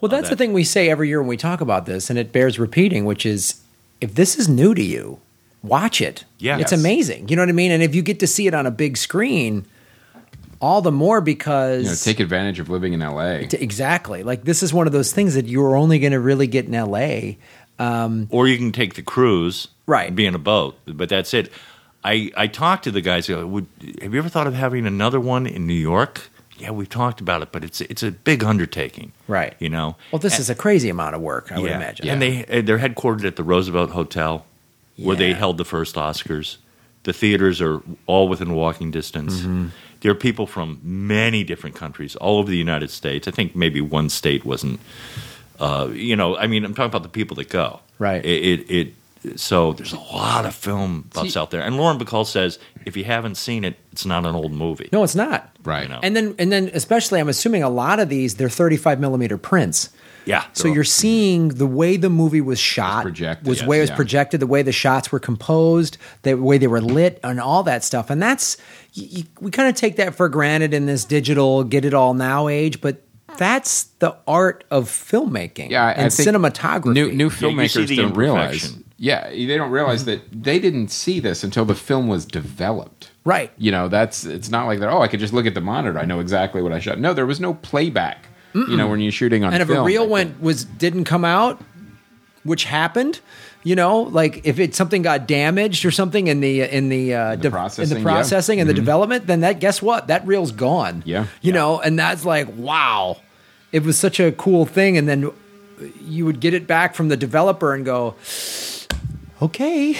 A: well, that's the thing we say every year when we talk about this, and it bears repeating, which is if this is new to you, watch it.
C: Yeah.
A: It's
C: Yes.
A: amazing. You know what I mean? And if you get to see it on a big screen, all the more because.
B: you know, take advantage of living in LA.
A: t- exactly. Like, this is one of those things that you're only going to really get in LA.
C: or you can take the cruise,
A: Right.
C: and Be in a boat, but that's it. I I talked to the guys. I go, Would have you ever thought of having another one in New York? Yeah, we've talked about it, but it's it's a big undertaking,
A: Right.
C: You know.
A: Well, this
C: And-
A: is a crazy amount of work, I would
C: yeah.
A: imagine.
C: and they uh, they're headquartered at the Roosevelt Hotel, where they
A: Yeah.
C: held the first Oscars. The theaters are all within walking distance.
A: Mm-hmm.
C: There are people from many different countries, all over the United States. I think maybe one state wasn't. Uh, you know, I mean, I'm talking about the people that go.
A: Right.
C: It. it, it so there's a lot of film buffs out there, and Lauren Bacall says if you haven't seen it, it's not an old movie.
A: No, it's not.
B: Right.
C: You know?
A: And then, and then, especially, I'm assuming a lot of these they're 35 millimeter prints.
C: yeah.
A: So you're seeing the way the movie was shot,
B: projected,
A: was
B: yes,
A: way it was
B: yeah.
A: projected, the way the shots were composed, the way they were lit, and all that stuff. And that's y y we kind of take that for granted in this digital get it all now age, but that's the art of filmmaking.
B: Yeah, I- I
A: and
B: think
A: cinematography.
B: New new
C: Yeah, you see
B: filmmakers
C: the
B: don't realize.
C: imperfection. Mm-hmm.
B: Yeah, they don't realize that they didn't see this until the film was developed.
A: right?
B: You know, that's it's not like that. Oh, I could just look at the monitor. I know exactly what I shot. No, there was no playback. You know, when you're shooting on
A: And if
B: film,
A: a reel
B: like,
A: went was didn't come out, which happened, you know, like if it something got damaged or something in the in the uh, de- in the
B: processing, yeah. Mm-hmm.
A: processing and the development, then that guess what that reel's gone.
B: Yeah.
A: you know, and that's like wow, it was such a cool thing, and then you would get it back from the developer and go.
B: [laughs]
A: Okay,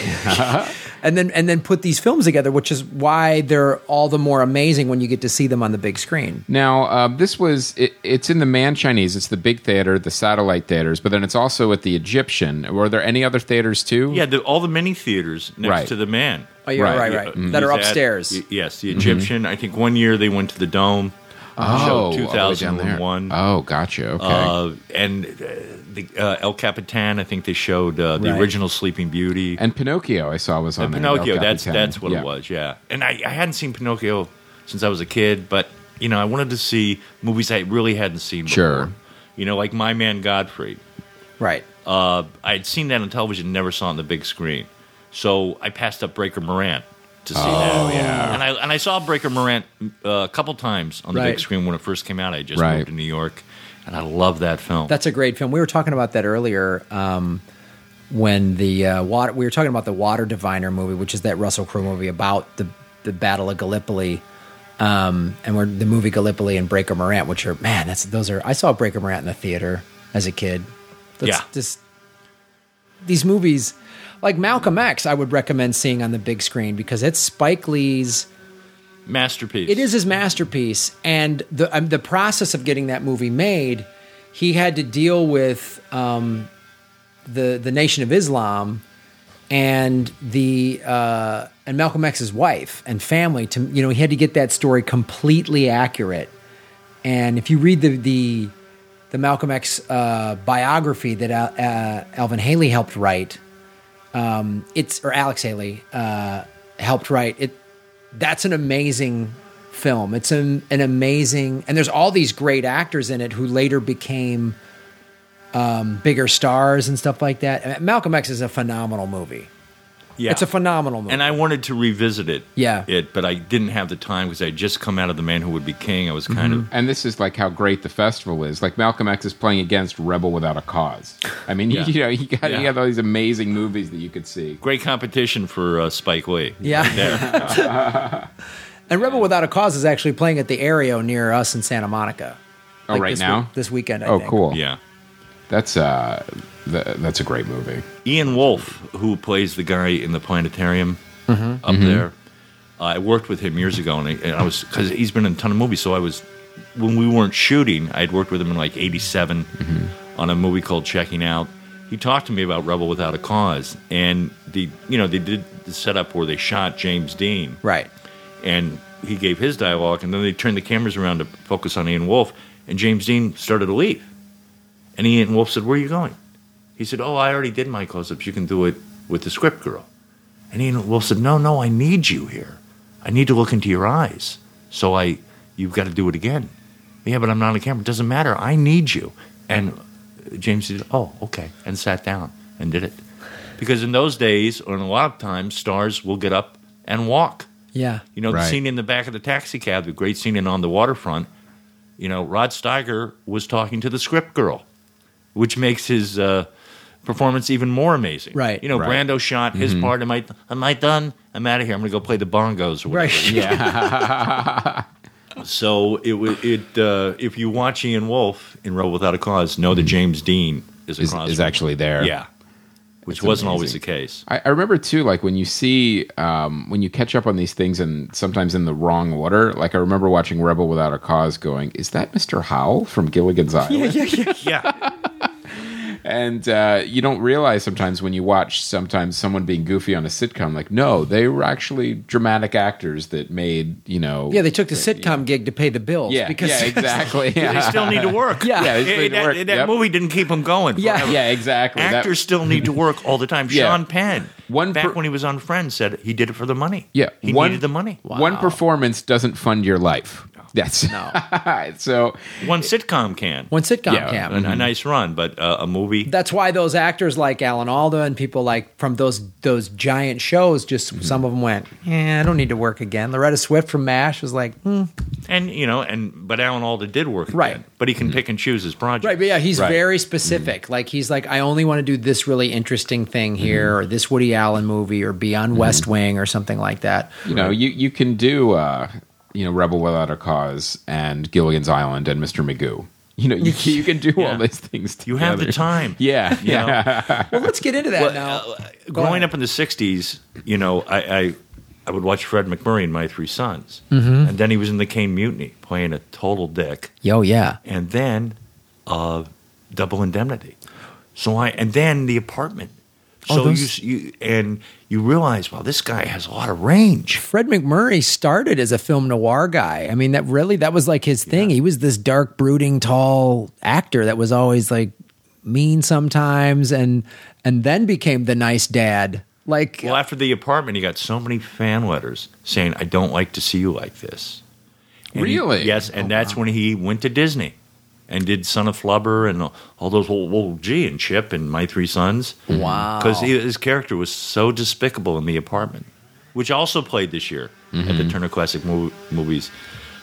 A: and then and then put these films together, which is why they're all the more amazing when you get to see them on the big screen.
B: Now, uh, this was it, it's in the Man Chinese. It's the big theater, the satellite theaters, but then it's also at the Egyptian. Were there any other theaters too?
C: yeah. The, all the mini theaters next
B: Right.
C: to the man.
A: Oh, you're right,
B: Right.
A: right, right.
C: Yeah,
A: That are
C: he's at-
A: upstairs.
C: y- yes, the Egyptian. I think one year they went to the Dome.
B: Mm-hmm. Oh,
C: showed
B: all the way down there.
C: 2001.
B: Oh, gotcha. Okay.
C: Uh, and uh, the uh, El Capitan. I think they showed uh, the
A: Right.
C: original Sleeping Beauty
B: and Pinocchio, I saw was on there.
C: Pinocchio.
B: El
C: That's
B: Capitan.
C: that's what
B: Yeah.
C: it was. Yeah. And I, I hadn't seen Pinocchio since I was a kid, but you know I wanted to see movies I really hadn't seen. Before.
B: Sure.
C: You know, like My Man Godfrey.
A: Right.
C: Uh, I had seen that on television, never saw it on the big screen. So I passed up Breaker Morant to see
A: Oh,
C: that. Yeah. And I and I saw Breaker Morant uh, a couple times on the
A: Right.
C: big screen when it first came out. I just
B: Right.
C: moved to New York, and I love that film.
A: That's a great film. We were talking about that earlier um, when the uh, water. We were talking about the Water Diviner movie, which is that Russell Crowe movie about the the Battle of Gallipoli, um, and we're the movie Gallipoli and Breaker Morant, which are man, that's those are. I saw Breaker Morant in the theater as a kid. That's
C: Yeah.
A: Just these movies, like Malcolm X, I would recommend seeing on the big screen because it's Spike Lee's.
C: masterpiece.
A: It is his masterpiece, and the um, the process of getting that movie made, he had to deal with um, the the Nation of Islam and the uh, and Malcolm X's wife and family. To you know, he had to get that story completely accurate. And if you read the the the Malcolm X uh, biography that Al- uh, Alvin Haley helped write, um, it's or Alex Haley uh, helped write it. That's an amazing film. It's an, an amazing, and there's all these great actors in it who later became um, bigger stars and stuff like that. And Malcolm X is a phenomenal movie.
C: Yeah.
A: It's a phenomenal movie.
C: And I wanted to revisit it.
A: Yeah.
C: It, but I didn't have the time because I had just come out of The Man Who Would Be King. I was kind
A: Mm-hmm.
C: of.
B: And this is like how great the festival is. Like Malcolm X is playing against Rebel Without a Cause. I mean, [laughs]
C: Yeah.
B: you, know, he got he
C: Yeah.
B: had all these amazing movies that you could see.
C: Great competition for uh, Spike Lee.
A: Yeah. [laughs] and Rebel Without a Cause is actually playing at the Aereo near us in Santa Monica.
B: Oh, right
A: this
B: now?
A: week- this weekend. I
B: Oh,
A: think.
B: cool.
C: Yeah.
B: That's uh, th- that's a great movie.
C: Ian Wolfe, who plays the guy in the planetarium up there, Uh, I worked with him years ago, and I, and I was because he's been in a ton of movies. So I was when we weren't shooting, I had worked with him in like '87 on a movie called Checking Out. He talked to me about Rebel Without a Cause, and the you know they did the setup where they shot James Dean,
A: Right.
C: and he gave his dialogue, and then they turned the cameras around to focus on Ian Wolfe, and James Dean started to leave. And Ian Wolfe said, Where are you going? He said, Oh, I already did my close ups. You can do it with the script girl. And Ian Wolfe said, No, no, I need you here. I need to look into your eyes. So I, you've got to do it again. Yeah, but I'm not on camera. It doesn't matter. I need you. And James said, Oh, okay. And sat down and did it. Because in those days, or in a lot of times, stars will get up and walk.
A: Yeah.
C: You know,
B: Right.
C: the scene in the back of the taxi cab, the great scene in On the Waterfront, you know, Rod Steiger was talking to the script girl, which makes his uh, performance even more amazing.
A: Right.
C: You know,
B: Right. Mm-hmm.
C: Brando shot his part. Am I, am I done? I'm out of here. I'm going to go play the bongos or whatever.
A: Right. Yeah.
C: [laughs] So it wa- it uh, if you watch Ian Wolfe in Rebel Without a Cause, know that James Dean is
B: Mm-hmm. is,
C: across
B: is
C: from-
B: actually there.
C: yeah, which
B: That's
C: wasn't
B: amazing.
C: always the case.
B: I, I remember too, like when you see um, when you catch up on these things and sometimes in the wrong order. Like I remember watching Rebel Without a Cause, going, "Is that Mr. Howell from
C: [laughs]
B: Gilligan's Island?"
C: Yeah,
B: And uh, you don't realize sometimes when you watch sometimes someone being goofy on a sitcom, like, no, they were actually dramatic actors that made you know.
A: Yeah, they took the sitcom gig to pay the bills.
B: yeah,
A: [laughs] because
B: yeah, exactly.
C: [laughs] they
B: Yeah, [laughs]
C: still need to work.
A: [laughs] Yeah. Yeah,
B: they still need to
C: that,
B: work.
C: that
B: Yep.
C: movie didn't keep him going.
A: Yeah.
C: forever.
B: yeah exactly. That-
C: Actors still need to work all the time.
B: Yeah.
C: Sean Penn,
B: One
C: back
B: per-
C: when he was on Friends, said he did it for the money.
B: Yeah,
C: he
B: one-
C: needed the money.
B: One performance doesn't fund your life. That's [laughs] so.
C: One sitcom can,
A: One sitcom
B: Yeah,
A: camp.
B: Mm-hmm.
C: a, a nice run, but uh, a movie.
A: That's why those actors like Alan Alda and people like from those those giant shows, just some of them went, yeah, I don't need to work again. Loretta Swift from MASH was like, hmm.
C: and you know, and but Alan Alda did work, again.
A: Right.
C: But he can
B: Mm-hmm.
C: pick and choose his project,
A: right, but yeah, he's
B: Right.
A: very specific. Like he's like, I only want to do this really interesting thing here, or this Woody Allen movie, or be on West Wing, or something like that.
B: you know you you can do uh you know rebel without a cause and gilligan's island and mr magoo you know
C: [laughs]
B: you, you can do all
C: Yeah.
B: these things together.
C: You have
B: [laughs]
C: the time.
B: yeah
C: You
B: yeah
C: know?
B: [laughs]
A: Well, let's get into that
C: Well,
A: now.
C: uh,
A: Go
C: growing
A: ahead.
C: up in the '60s, you know, I, I I would watch Fred McMurray in My Three Sons,
A: Mm-hmm.
C: and then he was in the Kane Mutiny playing a total dick,
A: Yo, yeah,
C: and then uh, Double Indemnity. So I and then The Apartment.
A: Oh,
C: So you
A: those-
C: s- you, and you realize, wow, this guy has a lot of range.
A: Fred McMurray started as a film noir guy. I mean, that really that was like his thing. He was this dark, brooding, tall actor that was always like mean sometimes, and and then became the nice dad. Like,
C: Well, after the apartment, he got so many fan letters saying, "I don't like to see you like this." And he-
B: Really?
C: yes,
A: Oh,
C: and that's when he went to Disney and did Son of Flubber and all- all those old, old G and Chip and My Three Sons.
A: Wow.
C: Because his character was so despicable in the apartment, which also played this year at
A: Mm-hmm.
C: the Turner Classic Mo- Movies.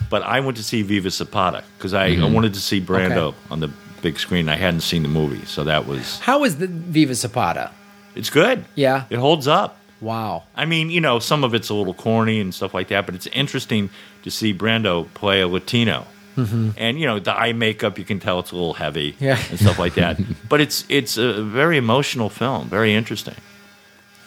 C: But I went to see Viva Zapata because I, I wanted to see Brando
A: Mm-hmm. Okay.
C: on the big screen. I hadn't seen the movie, so that was
A: how is the Viva Zapata?
C: it's good.
A: Yeah.
C: it holds up.
A: Wow.
C: I mean, you know, some of it's a little corny and stuff like that, but it's interesting to see Brando play a Latino. And you know, the eye makeup, you can tell it's a little heavy
A: Mm-hmm. Yeah.
C: and stuff like
A: [laughs]
C: that. but it's it's a very emotional film, very interesting.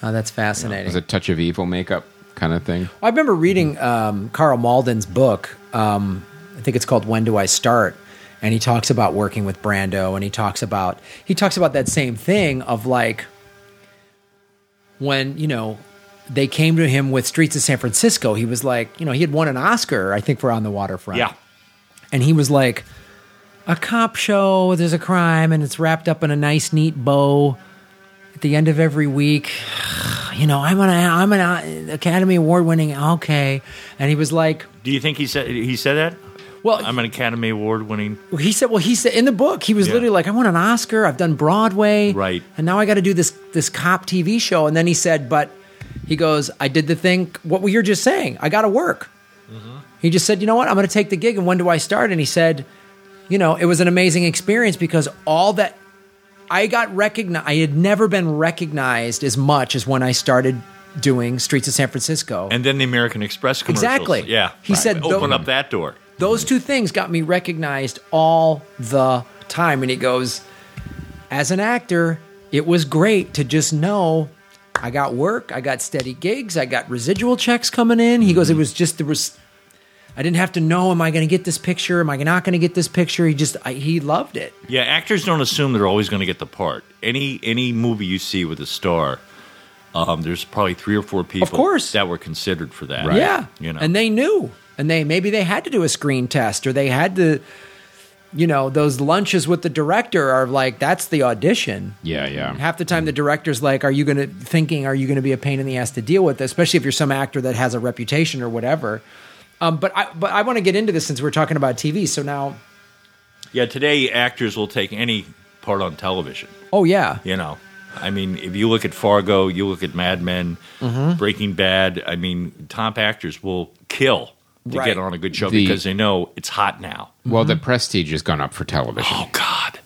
A: Oh, that's
B: it
A: fascinating.
B: was a touch of evil makeup kind of thing
A: I remember reading um, Carl Malden's book. Um, I think it's called "When Do I Start," and he talks about working with Brando, and he talks about he talks about that same thing of like when you know they came to him with Streets of San Francisco. He was like, you know, he had won an Oscar, I think, for On the Waterfront.
C: Yeah.
A: and he was like, a cop show. There's a crime, and it's wrapped up in a nice, neat bow. At the end of every week, [sighs] you know, I'm an I'm an Academy Award winning okay, and he was like,
C: Do you think he said he said that?
A: well,
C: I'm an Academy Award winning
A: he said, well, he said in the book he was
C: Yeah.
A: literally like, I want an Oscar, I've done Broadway,
C: Right.
A: and now I got to do this this cop TV show, and then he said, but he goes, I did the thing. What you're just saying, I got to work.
C: Mm-hmm.
A: He just said, you know what, I'm going to take the gig, and when do I start? And he said, you know, it was an amazing experience because all that I got recognized. I had never been recognized as much as when I started doing Streets of San Francisco.
C: and then the American Express commercials.
A: Exactly.
C: Yeah.
A: He said
C: open
A: tho-
C: up that door.
A: those two things got me recognized all the time. And he goes, as an actor, it was great to just know I got work. I got steady gigs. I got residual checks coming in. He goes, it was just there was. I didn't have to know. Am I going to get this picture? Am I not going to get this picture? He just I, he loved it.
C: Yeah, actors don't assume they're always going to get the part. Any any movie you see with a star, um, there's probably three or four people,
A: course.
C: that were considered for that.
A: Yeah,
C: you know,
A: and they knew, and they maybe they had to do a screen test, or they had to, you know, those lunches with the director are like that's the audition.
B: Yeah, yeah.
C: Mm-hmm.
A: Half the time, the director's like, "Are you going to thinking? Are you going to be a pain in the ass to deal with?" Especially if you're some actor that has a reputation or whatever. Um, but I but I want to get into this since we're talking about TV. So now,
C: yeah. Today, actors will take any part on television.
A: oh yeah,
C: You know, I mean, if you look at Fargo, you look at Mad Men,
B: Mm-hmm.
C: Breaking Bad. I mean, top actors will kill to
A: Right.
C: get on a good show
B: The-
C: because they know it's hot now.
B: Well, the prestige has gone up for television.
C: Oh God.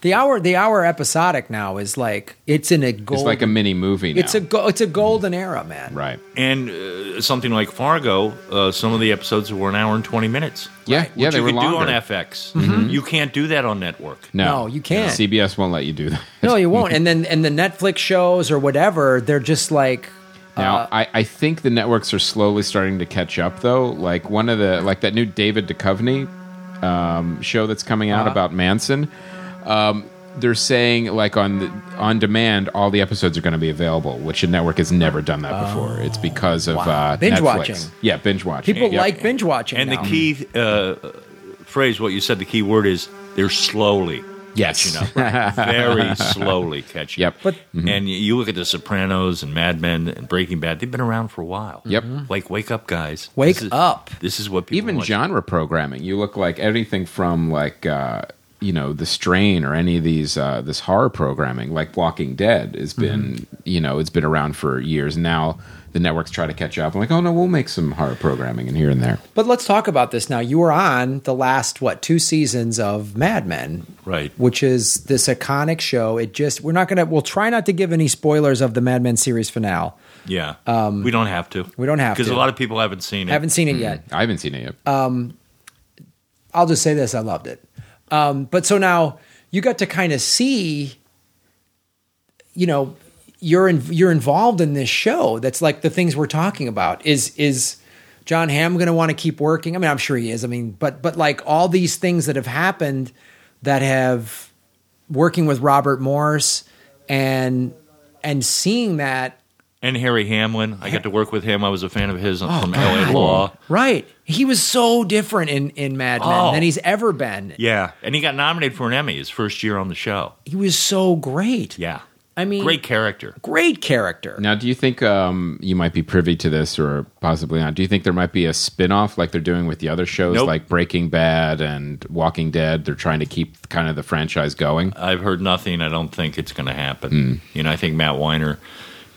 A: the hour the hour episodic now is like it's in a gold.
C: Oh.
B: it's like a mini movie now.
A: it's a go, it's a golden era, man.
B: right.
C: And uh, something like Fargo, uh, some of the episodes were an hour and twenty minutes.
B: Yeah, yeah,
C: Which
B: they
C: you
B: were
C: could
B: longer. Mm-hmm.
C: do on FX. You can't do that on network.
B: No,
A: No, you can't.
B: CBS won't let you do that.
A: No, you won't. And then and the Netflix shows or whatever, they're just like
B: Now,
A: Uh,
B: I, I think the networks are slowly starting to catch up, though. Like one of the like that new David Duchovny um, show that's coming
A: Uh-huh.
B: out about Manson. Um, they're saying like on the, on demand, all the episodes are going to be available, which a network has never done that before. It's because of uh,
A: Oh, Binge
B: Netflix.
A: watching.
B: Yeah, binge watching.
A: people
B: Yep.
A: like binge watching.
C: And
A: now.
C: the key uh, phrase, what you said, the key word is they're slowly,
B: yes,
C: you know, very slowly catching.
B: [laughs] Yep.
A: But-
C: and you- you look at The Sopranos and Mad Men and Breaking Bad; they've been around for a while. Mm-hmm.
B: Yep. Mhm.
C: Like, wake up, guys!
A: Wake
C: This is-
A: up.
C: This is what people
B: even
C: want.
B: genre programming. You look like anything from like uh, you know the strain or any of these uh, this horror programming, like Walking Dead, has been you know it's been around for years now. The networks try to catch up. I'm like, oh no, we'll make some horror programming in here and there.
A: But let's talk about this now. You were on the last what two seasons of Mad Men,
C: Right.
A: Which is this iconic show. It just we're not gonna we'll try not to give any spoilers of the Mad Men series finale.
C: Yeah, we don't have to.
A: Um, we don't have
C: because
A: to.
C: a lot of people haven't seen it.
A: Haven't seen it yet.
B: I haven't seen it yet.
A: I'll just say this: I loved it. Um, but so now you got to kind of see, you know, you're in, you're involved in this show. That's like the things we're talking about. Is is John Hamm going to want to keep working? I mean, I'm sure he is. I mean, but but like all these things that have happened that have working with Robert Morse and and seeing that
C: and Harry Hamlin, I got to work with him. I was a fan of his
A: Oh,
C: from L.A. Law.
A: right, he was so different in in Mad Men
C: Oh.
A: than he's ever been.
C: Yeah, and he got nominated for an Emmy his first year on the show.
A: He was so great.
C: Yeah,
A: I mean,
C: great character.
A: great character.
B: now, do you think um, you might be privy to this, or possibly not? Do you think there might be a spin-off like they're doing with the other shows,
C: Nope.
B: like Breaking Bad and Walking Dead? They're trying to keep kind of the franchise going.
C: I've heard nothing. I don't think it's going to happen. You know, I think Matt Weiner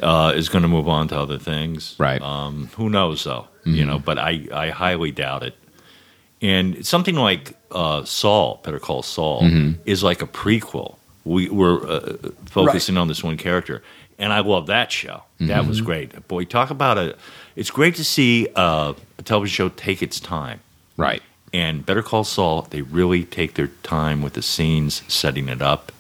C: uh, is going to move on to other things.
B: Right.
C: Um, who knows, though? You know, but I, I highly doubt it. And something like uh, Saul, Better Call Saul, is like a prequel. We, we're uh, focusing on this one character. And I love that show. That was great. Boy, talk about a. It's great to see uh, a television show take its time.
B: Right.
C: And Better Call Saul, they really take their time with the scenes, setting it up,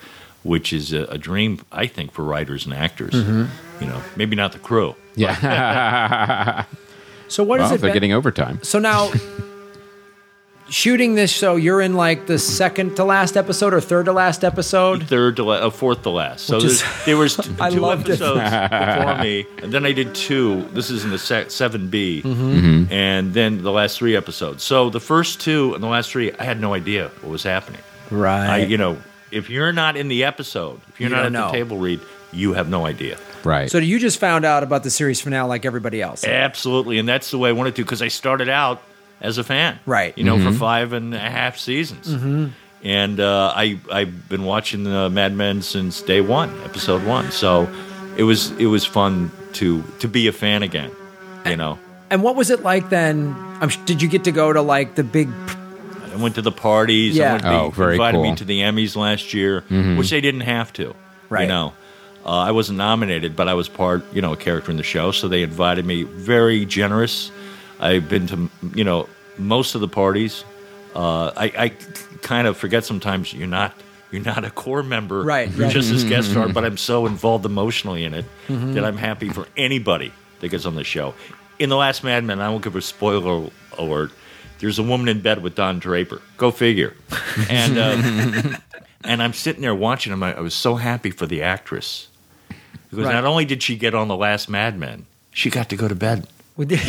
C: which is a, a dream, I think, for writers and actors.
A: Mm-hmm.
C: You know, maybe not the crew.
B: Yeah. [laughs]
A: So what is
B: well,
A: it?
B: they're
A: Ben?
B: getting overtime.
A: so
B: [laughs]
A: now shooting this show, you're in like the second to last episode or third to last episode.
C: Third to la- uh, fourth to last. So
A: Which is-
C: there's- [laughs] there was t-
A: [laughs] I
C: two
A: loved it.
C: episodes
A: [laughs]
C: before me, and then I did two. This is in the se- seven B,
A: Mm-hmm.
C: and then the last three episodes. So the first two and the last three, I had no idea what was happening. I,
A: Right.
C: you know, if you're not in the episode, if you're
A: You
C: not at
A: don't
C: the
A: know.
C: table read, you have no idea.
B: Right.
A: so you just found out about the series finale like everybody else.
C: Absolutely, and that's the way I wanted to because I started out as a fan,
A: Right.
C: You know, for five and a half seasons, and uh, I I've been watching uh, Mad Men since day one, episode one. So it was it was fun to to be a fan again, you know.
A: And what was it like then? I'm, sh- did you get to go to like the big?
C: I went to the parties.
A: Yeah.
C: I went to the-
B: Oh, very
C: invited
B: cool. Mm-hmm.
C: me to the Emmys last year, which they didn't have to.
A: Right.
C: You know, uh, I wasn't nominated, but I was part, you know, a character in the show. So they invited me. Very generous. I've been to, you know, most of the parties. Uh, I, I kind of forget sometimes you're not You're not a core member.
A: Right,
C: You're
A: right. Mm-hmm.
C: just this guest star, but I'm so involved emotionally in it that I'm happy for anybody that gets on the show. In The Last Mad Men, I won't give a spoiler alert. There's a woman in bed with Don Draper.
A: [laughs]
C: Go figure. And um, and I'm sitting there watching him. I, I was so happy for the actress because
A: Right.
C: not only did she get on The Last Mad Men, she got to go to bed. [laughs]
A: We did-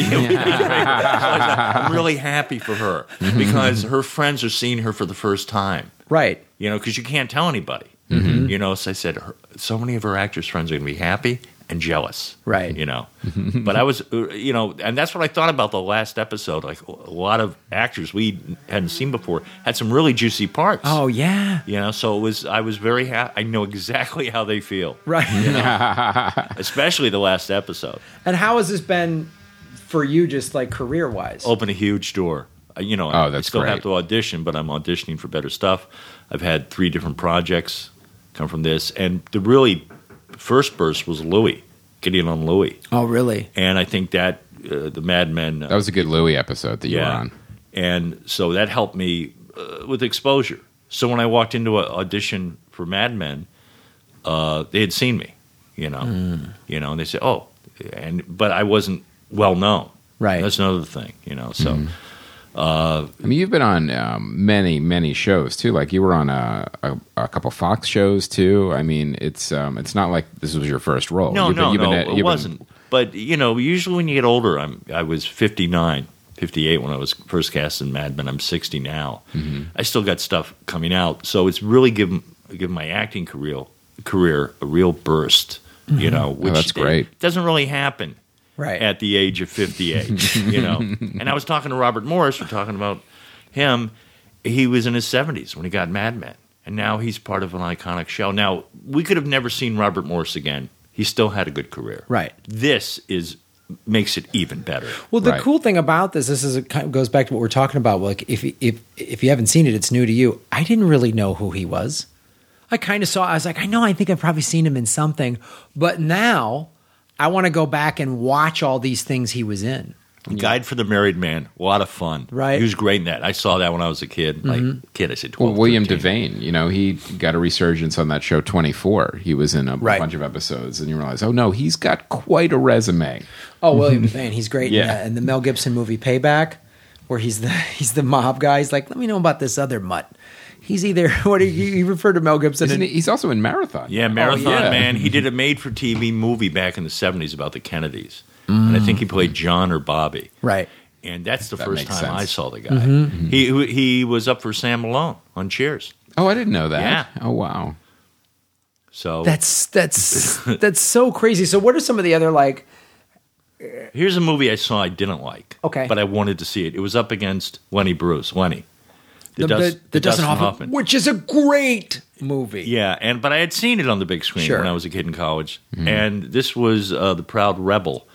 C: I'm really happy for her because her friends are seeing her for the first time.
A: [laughs] Right.
C: You know, because you can't tell anybody.
A: Mm-hmm.
C: You know, so I said, her, so many of her actress friends are going to be happy and jealous.
A: Right.
C: You
A: [laughs]
C: know, but I was, uh, you know, and that's what I thought about the last episode. Like a lot of actors we hadn't seen before had some really juicy parts.
A: Oh yeah.
C: You know, so it was. I was very happy. I know exactly how they feel,
A: Right.
C: especially the last episode.
A: And how has this been for you, just like career wise?
C: open a huge door. Uh, You know,
B: Oh, that's
C: I still
B: great.
C: have to audition, but I'm auditioning for better stuff. I've had three different projects come from this, and the really first burst was Louis, getting on Louis,
A: Oh, really?
C: and I think that uh, the Mad Men, uh,
B: That was a good Louis episode that you were
C: yeah,
B: on.
C: and so that helped me uh, with exposure. So when I walked into an audition for Mad Men, uh, they had seen me, you know,
B: Hmm.
C: you know, and they said, "Oh," and but I wasn't well known.
A: Right.
C: That's another thing, you know. So.
B: Hmm.
C: uh,
B: I mean, you've been on um, many, many shows too. Like you were on a, a, a couple Fox shows too. I mean, it's um, it's not like this was your first role.
C: No,
B: You've been-
C: no,
B: you've been
C: no,
B: at- you've
C: it
B: been-
C: wasn't. But you know, usually when you get older, I'm I was 59, 58 when I was first cast in Mad Men. I'm 60 now.
B: Mm-hmm.
C: I still got stuff coming out, so it's really given given my acting career career a real burst. You know, which
B: Mm-hmm. Oh, that's great.
C: doesn't really happen
A: Right.
C: at the age of 58 you
B: [laughs]
C: know and i was talking to robert morris we're talking about him he was in his 70s when he got mad men and now he's part of an iconic show now we could have never seen robert morris again he still had a good career
A: Right.
C: this is makes it even better
A: Well, the
B: Right.
A: cool thing about this, this is it kind of goes back to what we're talking about. Like, if if if you haven't seen it, it's new to you. I didn't really know who he was. I kind of saw. I was like, I know. I think I've probably seen him in something, but now I want to go back and watch all these things he was in.
C: guide for the married man a lot of fun
A: Right.
C: he was great in that i saw that when i was a kid
B: Mm-hmm.
C: like kid i said 12
B: Well, William
C: 13.
B: Devane, you know, he got a resurgence on that show 24. He was in a
A: Right.
B: bunch of episodes, and you realize, oh no, he's got quite a resume.
A: Oh, William
B: [laughs]
A: Devane, he's great in
B: Yeah.
A: that. And the Mel Gibson movie Payback, where he's the [laughs] he's the mob guy. He's like, let me know about this other mutt. He's either [laughs] what do you, you refer to Mel Gibson?
B: Isn't
A: in-
B: he? He's also in Marathon.
C: Yeah, Marathon
B: Oh, yeah.
C: Man. He did a made for TV movie back in the 70s about the Kennedys.
B: Mm.
C: And I think he played John or Bobby.
A: Right.
C: And that's the
B: That
C: first
B: makes
C: time
B: sense. Mm-hmm.
C: I saw the guy. He he was up for Sam Malone on Cheers.
B: Oh, I didn't know that.
C: Yeah.
B: Oh, wow.
C: So
A: That's that's that's so crazy. So, what are some of the other like?
C: here's a movie I saw I didn't like.
A: Okay.
C: But I wanted to see it. It was up against Lenny Bruce. Lenny. The, Dust- the Dustin Hoffman.
A: which is a great movie.
C: Yeah, and but I had seen it on the big screen
A: Sure.
C: when I was a kid in college,
B: Mm-hmm.
C: and this was uh, the Proud Rebel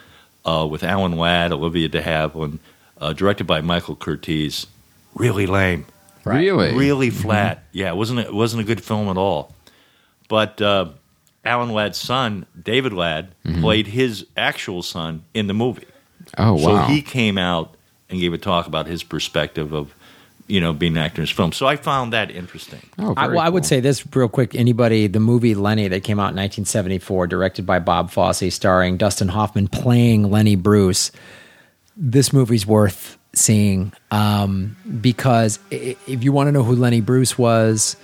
C: uh, with Alan Ladd, Olivia De Havilland, uh, directed by Michael Curtiz. Really lame,
B: Really? Mm-hmm.
C: really flat. Yeah, it wasn't it wasn't a good film at all. But uh, Alan Ladd's son, David Ladd, played his actual son in the movie.
B: Mm-hmm. Oh, wow.
C: So he came out and gave a talk about his perspective of you know being an actor in his film. So I found that interesting.
B: oh,
A: I,
B: very
A: well, I would
B: cool.
A: say this real quick. Anybody, the movie Lenny that came out in 1974, directed by Bob Fosse, starring Dustin Hoffman playing Lenny Bruce. This movie's worth seeing um, because i- if you want to know who Lenny Bruce was,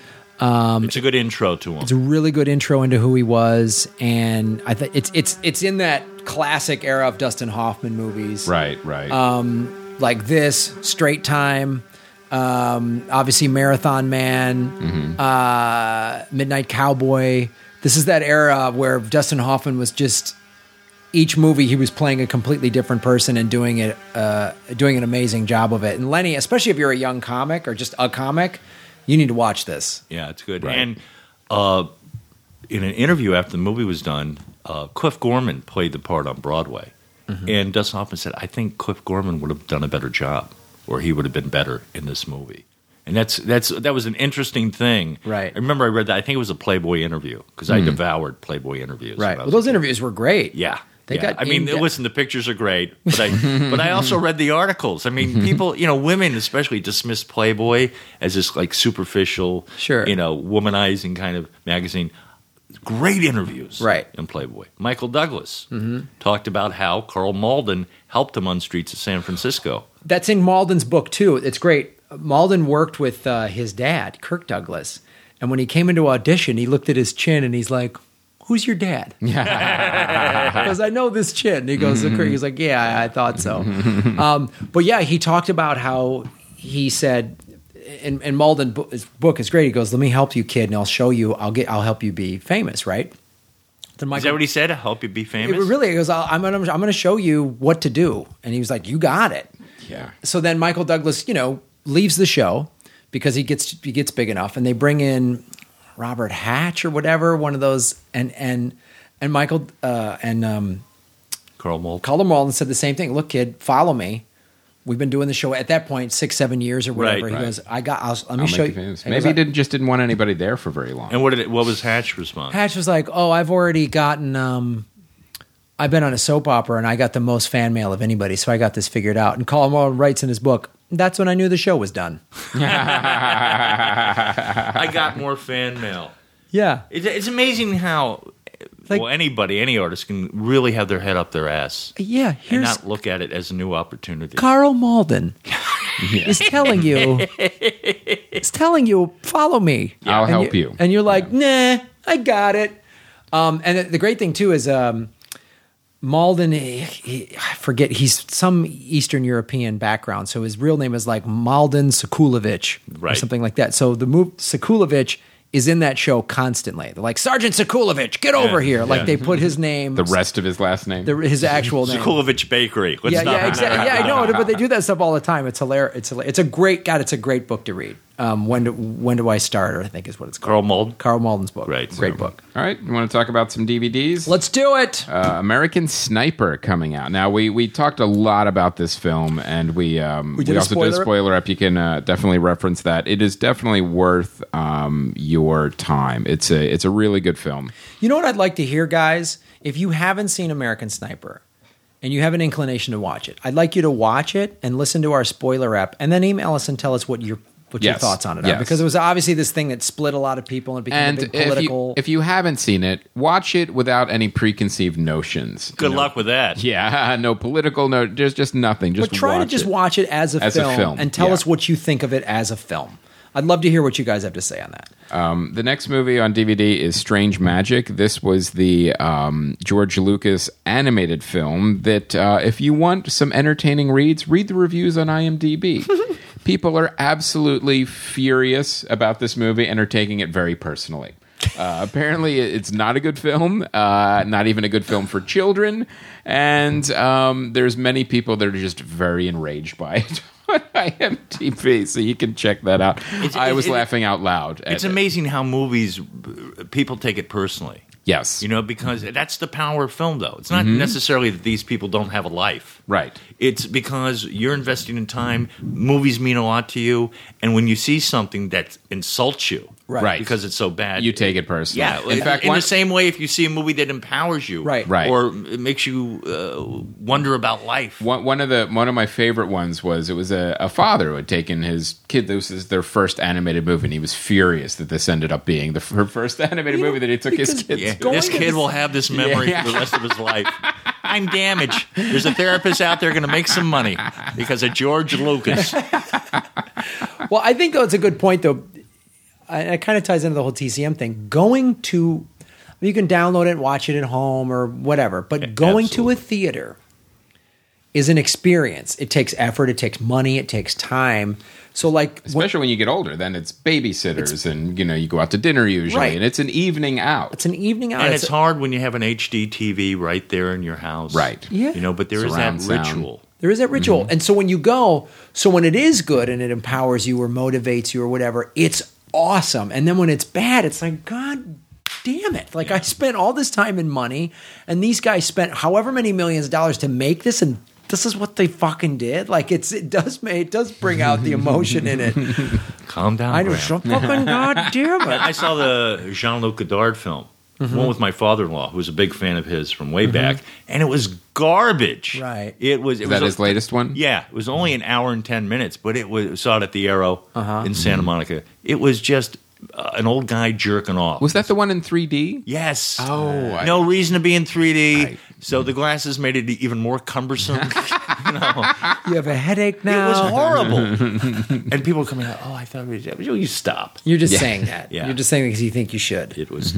C: it's a good intro to him.
A: It's a really good intro into who he was, and I think it's it's it's in that classic era of Dustin Hoffman movies,
B: Right, right.
A: Um, like this, Straight Time, um, obviously Marathon Man, uh, Midnight Cowboy. This is that era where Dustin Hoffman was just each movie he was playing a completely different person and doing it uh, doing an amazing job of it. And Lenny, especially if you're a young comic or just a comic, you need to watch this.
C: Yeah, it's good.
B: Right.
C: And uh, in an interview after the movie was done, uh, Cliff Gorman played the part on Broadway,
A: Mm-hmm.
C: and Dustin Hoffman said, "I think Cliff Gorman would have done a better job, or he would have been better in this movie." And that's that's that was an interesting thing.
A: Right. Mm.
C: I remember I read that. I think it was a Playboy interview because I devoured Playboy interviews. when
A: Right. Well,
C: I was a
A: those
C: kid.
A: interviews were great.
C: Yeah.
A: They
C: Yeah.
A: got.
C: I mean,
A: in-depth-
C: listen, the pictures are great, but
A: [laughs]
C: I but I also read the articles. I
A: Mm-hmm.
C: mean, people, you know, women especially dismiss Playboy as this like superficial,
A: Sure.
C: you know, womanizing kind of magazine. Great interviews,
A: Right. Mm-hmm.
C: In Playboy, Michael Douglas talked about how Carl Malden helped him on streets of San Francisco.
A: That's in Malden's book too. It's great. Malden worked with uh, his dad, Kirk Douglas, and when he came into audition, he looked at his chin and he's like, "Who's your
C: [laughs]
A: dad?" Because I know this chin. And he goes, to Kirk. He's like, "Yeah, I thought
C: [laughs]
A: so." um, but yeah, he talked about how he said, and, and Malden bo- his book is great. He goes, "Let me help you, kid, and I'll show you. I'll get. I'll help you be famous." Right. Then
C: Is that what he said? I help you be famous.
A: it really goes. I'll- I'm gonna, I'm gonna show you what to do, and he was like, "You got it."
B: Yeah.
A: So then Michael Douglas, you know, leaves the show because he gets he gets big enough, and they bring in Robert Hatch or whatever, one of those, and and and Michael uh, and um,
C: Carl Malden.
A: called them all and said the same thing. Look, kid, follow me. We've been doing the show at that point six, seven years or whatever.
C: Right,
A: he
C: right.
A: goes, I got. I'll, let me
B: I'll
A: show
B: make
A: you.
B: you famous.
A: And
B: Maybe
A: goes,
B: he didn't just didn't want anybody there for very long.
C: And what did it, what was Hatch response?
A: Hatch was like, "Oh, I've already gotten. Um, I've been on a soap opera, and I got the most fan mail of anybody, so I got this figured out." And Colin Morrow writes in his book, "That's when I knew the show was done."
C: I got more fan mail.
A: Yeah,
C: It's, it's amazing how
A: Like-
C: well anybody, any artist can really have their head up their ass
A: yeah.
C: and
A: Here's
B: [laughs]
C: not look at it as a new opportunity.
A: Carl Malden. He's telling you. He's telling you, follow me.
B: Yeah. I'll
A: And
B: help you.
A: And you're like, nah, I got it. Um, and the great thing too is um, Malden. he- he- I forget. He's some Eastern European background, so his real name is like Malden Sekulovic or
C: Right.
A: something like that. So the move Sekulovic is in that show constantly. They're like Sergeant Sekulovic, get over here. Like they put his name.
B: the rest of his last name.
A: the-
B: [laughs]
A: his actual name
C: Zukulovich Bakery. Let's
A: yeah,
C: not
A: yeah, exactly. Yeah, I know, but they do that stuff all the time. It's hilarious. It's hilarious. it's a great God. It's a great book to read. Um, when do, when do I start? Or I think is what it's called.
C: Carl Mold.
A: Carl Malden's book.
C: Right.
A: great book.
B: All right, you want to talk about some DVDs?
A: Let's do it.
B: uh, American Sniper coming out. Now we we talked a lot about this film, and we um, we,
A: did a
B: also did a
A: spoiler.
B: spoiler up. You can uh, definitely reference that. It is definitely worth um, your time. It's a it's a really good film.
A: You know what I'd like to hear, guys? If you haven't seen American Sniper and you have an inclination to watch it, I'd like you to watch it and listen to our spoiler app, and then email us and tell us what your what your
B: Yes.
A: thoughts on it are
B: Yes.
A: because it was obviously this thing that split a lot of people and it became
B: And
A: a big
B: if
A: political.
B: you if you haven't seen it, watch it without any preconceived notions.
C: Good
B: You know?
C: luck with
B: [laughs]
C: that.
B: Yeah, no political, no, just just nothing. Just
A: but try to
B: watch
A: just
B: it.
A: watch it as a,
B: As a
A: film,
B: film,
A: and tell
B: yeah.
A: us what you think of it as a film. I'd love to hear what you guys have to say on that.
B: Um, The next movie on DVD is Strange Magic. This was the um, George Lucas animated film that, uh, if you want some entertaining reads, read the reviews on
C: [laughs]
B: IMDb. People are absolutely furious about this movie and are taking it very personally. Uh, apparently, it- it's not a good film. Uh, not even a good film for children. And um, there's many people that are just very enraged by it. [laughs] on IMDb, so you can check that out. I was
C: it- it-
B: laughing out loud. at
C: It's
B: it.
C: amazing how movies, people take it personally.
B: Yes.
C: You know, because that's the power of film, though. It's
A: Mm-hmm.
C: not necessarily that these people don't have a life.
B: Right.
C: It's because you're investing in time. Movies mean a lot to you. And when you see something that insults you,
A: Right.
B: Right.
C: because it's so bad,
B: you take it personally.
C: Yeah,
B: In fact,
C: in
B: one,
C: the same way, if you see a movie that empowers you,
A: Right.
B: Right.
C: or it makes you uh, wonder about life,
B: one, one of the one of my favorite ones was it was a, a father who had taken his kid. This is their first animated movie, and he was furious that this ended up being the f- first [laughs] animated movie that he took his
A: because-
B: kid
A: Yeah.
B: to.
A: Going
C: this
A: to
C: kid
A: the-
C: will
B: [laughs]
C: have this memory for the rest of his life. I'm damaged. There's a therapist out there going to make some money because of George
B: [laughs]
C: Lucas.
A: Well, I think though it's a good point though, and it kind of ties into the whole TCM thing. Going to, you can download it, and watch it at home or whatever, but going
C: absolutely.
A: to a theater is an experience. It takes effort, it takes money, it takes time. So like when-
B: Especially when you get older, then it's babysitters, and you know you go out to dinner usually,
A: Right.
B: and it's an evening out.
A: it's an evening out.
C: and it's hard when you have an HD TV right there in your house,
B: Right.
A: Yeah.
C: You know, but there is
B: Surround
C: that
B: sound.
C: ritual.
A: There is that ritual.
C: Mm-hmm.
A: And so when you go, so when it is good and it empowers you or motivates you or whatever, it's awesome. And then when it's bad, it's like, God damn it. Like I spent all this time and money, and these guys spent however many millions of dollars to make this and this is what they fucking did. Like it's it does ma- it does bring out the emotion in
C: [laughs]
A: it.
C: Calm down.
A: I know
C: Graham.
A: so fucking god damn it.
C: I saw the Jean Luc Godard film.
A: Mm-hmm.
C: One with my father-in-law, who was a big fan of his from way back, and it was garbage.
A: Right.
C: It was. It
B: Is
C: was
B: that
C: a-
B: his latest one?
C: Yeah, it was only an hour and ten minutes, but it was saw it at the Arrow
B: Uh-huh.
C: in Santa
B: Mm-hmm.
C: Monica. It was just uh, an old guy jerking off.
B: Was that the one in 3D?
C: Yes.
B: Oh, I-
C: no reason to be in 3D.
B: I-
C: so the glasses made it even more
B: [laughs]
C: cumbersome. You know,
A: You have a headache
C: [laughs] it
A: now.
C: was
B: [laughs]
C: horrible. and people coming out, oh, I thought we did. You stop.
A: You're just saying that.
C: Yeah.
A: You're just saying because you think you should.
B: [laughs]
C: It was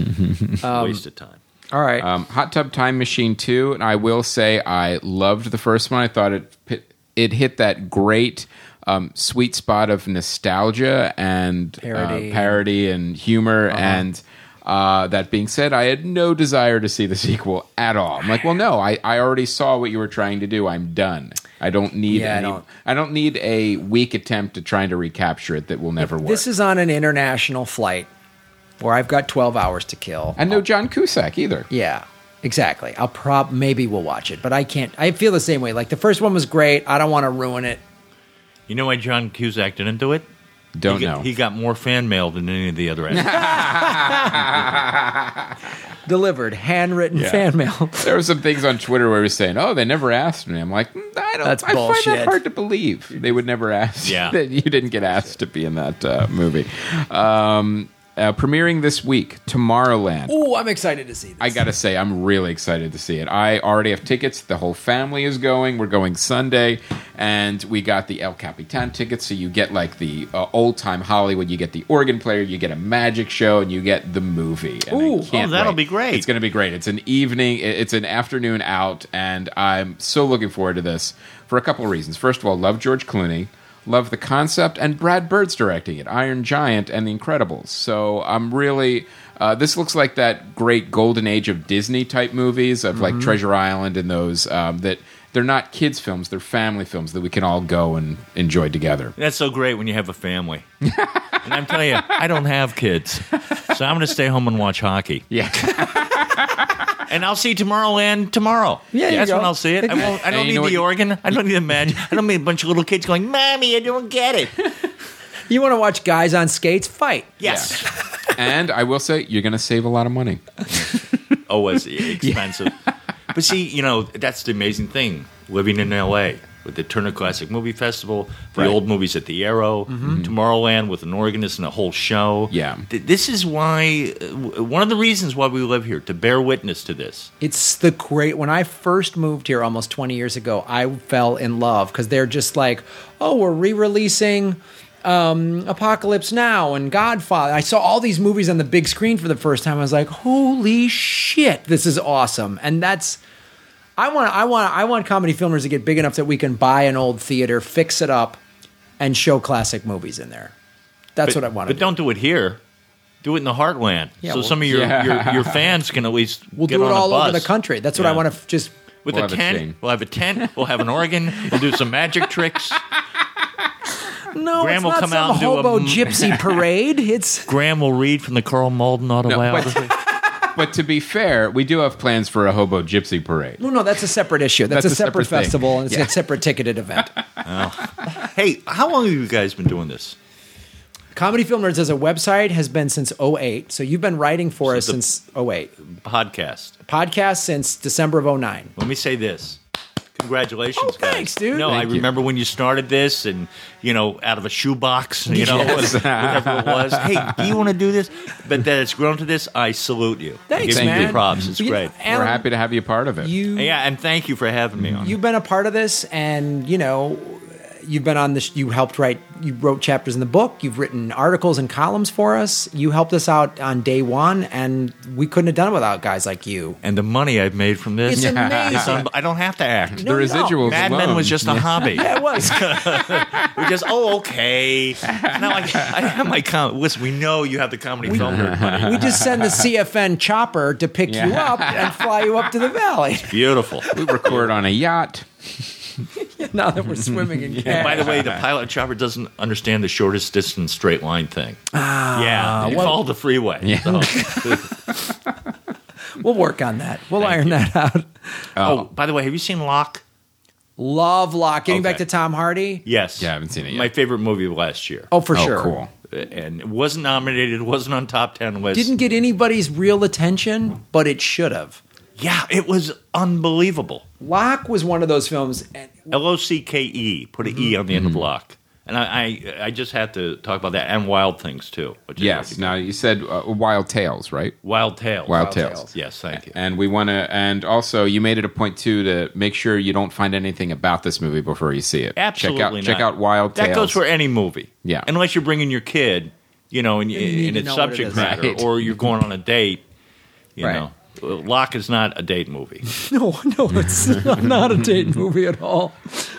C: a waste of time.
A: All right.
B: Um, Hot Tub Time Machine 2, and I will say I loved the first one. I thought it pit- it hit that great um, sweet spot of nostalgia and uh,
A: Parody. Uh-huh.
B: parody and humor and uh, that being said, I had no desire to see the [laughs] sequel at all. I'm like, well, no, I, I already saw what you were trying to do. I'm done. I don't need
A: Yeah, I
B: any, I,
A: don't-
B: don't. need a weak attempt at trying to recapture it that will never work.
A: this is on an international flight where I've got 12 hours to kill.
B: and no John Cusack either.
A: Yeah, exactly. I'll prob maybe we'll watch it, but I can't. I feel the same way. Like the first one was great. I don't want to ruin it.
C: You know why John Cusack didn't do it?
B: Don't
C: he, got-
B: know.
C: He got more fan mail than any of
B: [laughs]
C: the other actors.
A: Delivered handwritten
B: Yeah.
A: fan mail. [laughs]
B: There were some things on Twitter where he was saying, "Oh, they never asked me." I'm like, mm, I don't.
A: That's
B: I find
A: bullshit.
B: that hard to believe. They would never ask
C: Yeah.
B: [laughs] that you didn't get asked to be in that uh, movie. Um, uh, premiering this week, Tomorrowland.
A: Ooh, I'm excited to see this.
B: I gotta say, I'm really excited to see it. I already have tickets. The whole family is going. We're going Sunday, and we got the El Capitan tickets. So you get like the uh, old time Hollywood. You get the organ player. You get a magic show, and you get the movie. And I
A: Ooh.
B: can't
C: Oh, that'll
B: wait.
C: be great.
B: It's gonna be great. It's an evening. it- It's an afternoon out, and I'm so looking forward to this for a couple of reasons. First of all, love George Clooney. Love the concept, and Brad Bird's directing it, Iron Giant and The Incredibles. So I'm really uh, this looks like that great golden age of Disney type movies of
C: Mm-hmm.
B: like Treasure Island and those um, that they're not kids films, they're family films that we can all go and enjoy together.
C: That's so great when you have a family. and I'm telling you, I don't have kids. So I'm going to stay home and watch hockey. [laughs]
B: Yeah,
C: And I'll see Tomorrowland tomorrow.
A: Yeah, you
C: that's
A: go.
C: when I'll see it. I, won't, I
B: And
C: don't
B: you
C: need
B: know
C: the
B: what-
C: organ. I don't need the magic. I don't need a bunch of little kids going, "Mommy, I don't get it."
A: you want to watch guys on skates fight?
C: Yes.
B: and I will say you're going to save a lot of money.
C: Oh,
A: [laughs]
C: it's expensive. but see, you know, that's the amazing thing living in L.A. with the Turner Classic Movie Festival, the
B: Right.
C: old movies at the Arrow,
A: Mm-hmm.
C: Mm-hmm. Tomorrowland with an organist and a whole show.
B: Yeah.
C: Th- this is why uh, w- one of the reasons why we live here to bear witness to this.
A: It's the great. When I first moved here almost 20 years ago, I fell in love because they're just like, oh, we're re releasing um, Apocalypse Now and Godfather. I saw all these movies on the big screen for the first time. I was like, holy shit, this is awesome. And that's. I want I want I want comedy filmmakers to get big enough that we can buy an old theater, fix it up, and show classic movies in there. That's
C: But-
A: what I want.
C: But don't do it here. Do it in the heartland,
A: Yeah,
C: so
A: well-
C: some of your,
B: Yeah.
C: your
A: [laughs]
C: your fans can at least
A: We'll
C: get
A: do it
C: on a
A: all over the
C: bus.
A: country. That's what
C: Yeah.
A: I want to f- just.
C: with
B: We'll
C: a
B: have a
C: tent.
B: chain.
C: we'll have
A: [laughs]
C: a tent. We'll have an organ. We'll do some magic tricks.
A: No,
C: Graham
A: it's
C: will
A: not
C: come
A: some
C: out and do a
A: hobo
C: m- [laughs]
A: gypsy parade. It's
C: Graham will read from the Carl Malden autobiography.
B: But to be fair, we do have plans for a hobo gypsy parade.
A: no, no. That's a separate issue. That's,
B: That's
A: a
B: a
A: separate,
B: separate thing.
A: festival and it's a separate ticketed
C: [laughs]
A: event.
C: hey, how long have you guys been doing this?
A: Comedy Film Nerds as a website has been since 08. So you've been writing for us
C: the-
A: since 08.
C: Podcast.
A: Podcast since December of 09.
C: Let me say this. Congratulations,
A: Oh,
C: guys.
A: thanks, dude.
C: No,
B: Thank
C: I
B: you.
C: remember when you started this and, you know, out of a shoebox,
B: [laughs]
C: you know, whatever it was. Hey, do you want to do this? But that it's grown to this, I salute you. I
A: Thanks,
C: give
A: man.
C: you props. It's
A: You-
C: great.
A: Alan,
B: We're happy to have you part of it.
A: You,
C: Yeah, and thank you for having me on.
A: you've been a part of this, and you know, you've been on this. You helped write. You wrote chapters in the book. You've written articles and columns for us. You helped us out on day one, and we couldn't have done it without guys like
C: [laughs]
A: you.
C: and the money I've made from this.
A: It's amazing.
C: It's un- I don't have to act.
A: No,
B: the
A: you don't.
B: residuals.
C: Mad Men
B: alone.
C: was just a hobby.
A: Yeah, it was.
C: We just, oh, okay. Now I, [laughs] I have my com Listen, we know you have the comedy film nerd money.
A: We just send the CFN chopper to pick you
B: Yeah.
A: up and fly you up to the valley. [laughs]
C: Beautiful.
B: We record on a yacht.
A: now that we're swimming
C: [laughs]
A: in cash.
C: By the
A: [laughs]
C: way, the pilot chopper doesn't understand the shortest distance straight line thing. yeah,
A: Ah,
C: they
A: well-
C: call the
A: [laughs]
C: freeway. so.
A: we'll work on that. We'll
C: Thank
A: iron
C: you.
A: that out.
C: [laughs] oh,
B: Uh,
C: by the way, have you seen Locke?
A: Love Lock. Getting back
C: Okay.
A: to Tom Hardy.
C: Yes.
B: Yeah, I haven't seen it yet.
C: My favorite movie of last year.
A: Oh, for
B: oh,
A: sure.
B: cool.
C: and wasn't nominated, wasn't on top ten list.
A: Didn't get anybody's real attention, but it should have.
C: yeah, it was unbelievable.
A: Locke was one of those films. And [laughs]
C: L O C K E. Put an
A: Mm-hmm.
C: E on the end
B: Mm-hmm.
C: of lock. And I, I, I just had to talk about that and Wild Things too. Which is
B: Yes. Now you said uh, Wild Tales, right?
C: Wild Tales.
B: Wild,
A: Tales.
B: Tales.
C: Yes, thank you.
B: And we want to, and also you made it a point too to make sure you don't find anything about this movie before you see it.
C: Absolutely.
B: Check out,
C: not.
B: check out Wild
C: That
B: Tales.
C: goes for any movie.
B: Yeah.
C: Unless you're bringing your kid, you know, and,
A: need
C: and
A: to
C: it's
A: know what it
C: subject
A: is.
C: matter,
B: Right.
C: or you're going on a date. You
A: Right.
C: know, Locke is not a date movie.
A: no, no, it's not, not a date movie at all.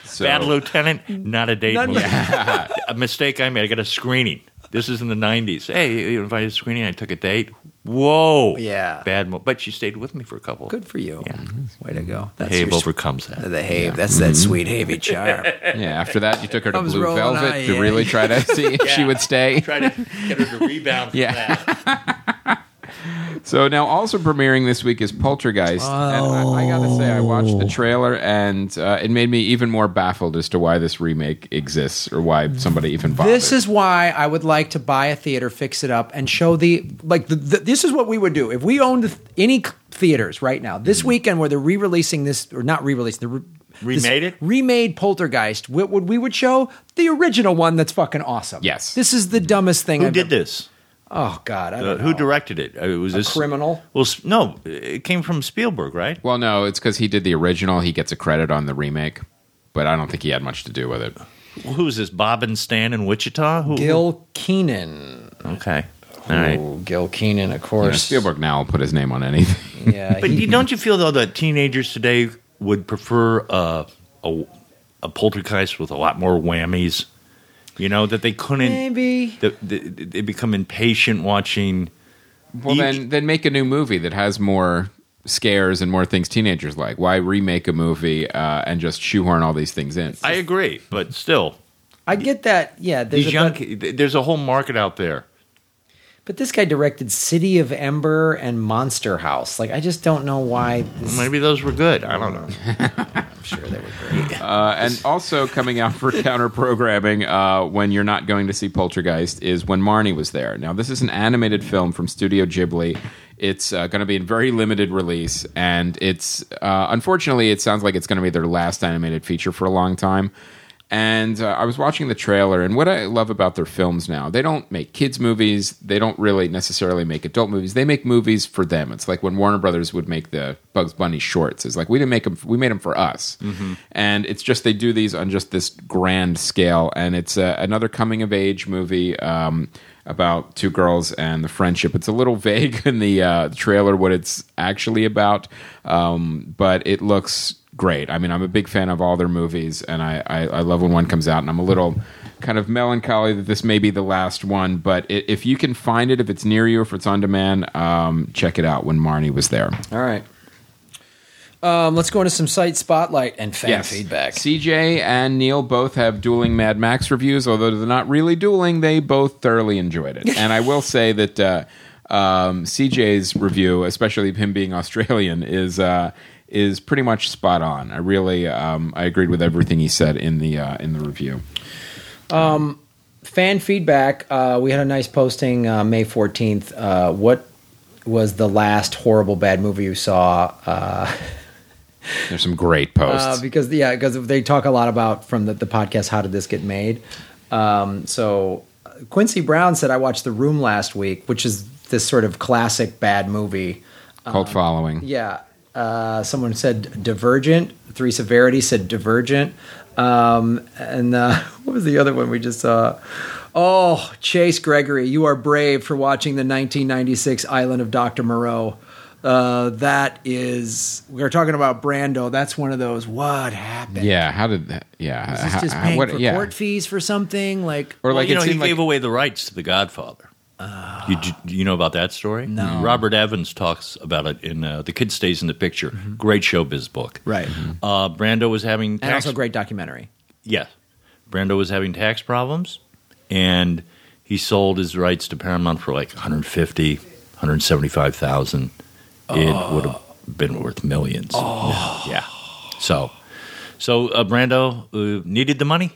B: So-
C: Bad Lieutenant, not a date
A: Not-
C: movie. [laughs] a mistake I made. I got a screening. This is in the '90s. Hey, you invited a screening. I took a date. Whoa.
A: Yeah.
C: Bad. Mo- but she stayed with me for a couple.
A: Good for you.
C: Yeah.
A: Way to go. That's
C: Have
A: your sp-
C: overcomes that.
A: the Have. That's that
C: Mm-hmm.
A: sweet Havey charm.
B: Yeah, after that, you took her to
A: I was
B: Blue
A: rolling
B: Velvet
A: eye,
B: to
A: yeah.
B: really try
C: [laughs]
B: to see if she would stay.
C: Try to get her
B: [laughs]
C: to rebound from
B: Yeah.
C: that.
B: So now, also premiering this week is Poltergeist, and I, I gotta say, I watched
A: Oh.
B: the trailer, and uh, it made me even more baffled as to why this remake exists or why somebody even bothered.
A: This is why I would like to buy a theater, fix it up, and show the like. The, the, this is what we would do if we owned th- any c- theaters right now this
C: Mm-hmm.
A: weekend, where they're re-releasing this or not re-releasing the re- this
C: Remade it?
A: remade Poltergeist. What would we would show the original one? That's fucking awesome.
B: Yes.
A: this is the dumbest thing.
C: Who
A: I've
C: did
A: ever-
C: this?
A: Oh God, I
C: Uh,
A: don't
C: who
A: know.
C: directed it? Uh, was this
A: criminal?
C: Well, s- no, it came from Spielberg, right?
B: Well, no, it's because he did the original. He gets a credit on the remake, but I don't think he had much to do with it.
C: Well, who is this? Bob and Stan in Wichita? Who,
A: Gil Keenan.
C: Okay. All right.
A: Oh, Gil Keenan, of
B: You know,
A: course.
B: Spielberg now will put his name on anything. [laughs]
A: Yeah,
C: [laughs] But
A: he-
C: you- don't you feel though that teenagers today would prefer uh, a a poltergeist with a lot more whammies? You know that they couldn't.
A: maybe.
C: that- that they become impatient watching.
B: Well,
C: You-
B: then, then make a new movie that has more scares and more things teenagers like. Why remake a movie uh, and just shoehorn all these things in?
C: I agree, but still,
A: I get that. Yeah, there's
C: these
A: a
C: young
A: bu-
C: ki- th- there's a whole market out there.
A: But this guy directed City of Ember and Monster House. Like, I just don't know why. This,
C: Maybe those were good. I don't know.
A: I'm sure they were great.
B: Uh, and also coming out for counter programming uh, when you're not going to see Poltergeist is When Marnie Was There. Now, this is an animated film from Studio Ghibli. It's uh, going to be in very limited release, and it's uh, unfortunately, it sounds like it's going to be their last animated feature for a long time. And uh, I was watching the trailer, and what I love about their films now, they don't make kids' movies. They don't really necessarily make adult movies. They make movies for them. It's like when Warner Brothers would make the Bugs Bunny shorts. It's like we didn't make them; we made them for us. And it's just they do these on just this grand scale. And it's uh, another coming of age movie um, about two girls and the friendship. It's a little [laughs] vague in the uh, trailer what it's actually about, um, but it looks great. I mean, I'm a big fan of all their movies, and I, I, I love when one comes out. And I'm a little kind of melancholy that this may be the last one, but i if you can find it, if it's near you, if it's on demand, um, check it out when Marnie was there.
A: All right. Um, let's go into some site spotlight and fan
B: Yes.
A: feedback.
B: CJ and Neil both have dueling Mad Max reviews, although they're not really dueling. They both thoroughly
A: [laughs]
B: enjoyed it, and I will say that uh, um, CJ's review, especially him being [laughs] Australian, is uh, is pretty much spot on. I really um, I agreed with everything he said in the uh, in the review.
A: fan feedback. Uh, we had a nice posting uh, May 14th. Uh, what was the last horrible bad movie you saw? Uh,
B: There's some great posts.
A: uh, because yeah, because they talk a lot about from the, the podcast. How did this get made? Um, so Quincy Brown said I watched The Room last week, which is this sort of classic bad movie.
B: Cult following.
A: Yeah. Uh, someone said Divergent. Three Severity said Divergent. Um, and uh, [laughs] what was the other one we just saw? Oh, Chase Gregory, you are brave for watching the 1996 Island of Dr. Moreau. Uh, that is, we were talking about Brando. That's one of those, what happened?
B: Yeah, how did that? Yeah,
A: Is this just
B: how-
A: paying
B: what-
A: for
B: yeah.
A: court fees for something? Like,
B: Or
C: Well,
B: like
C: you
B: it
C: know, he
B: seemed like Ah.
C: gave away the rights to The Godfather. you, do you know about that story? No. Robert Evans talks about it in uh, The Kid Stays in the Picture.
B: Mm-hmm.
C: Great showbiz book.
A: right.
C: Uh, Brando was having
A: And
C: tax
A: also a great documentary.
C: Yes. Brando was having tax problems and he sold his rights to Paramount for like 150, 175,000.
B: Oh.
C: It would have been worth millions. Yeah. So so uh, Brando uh, needed the money.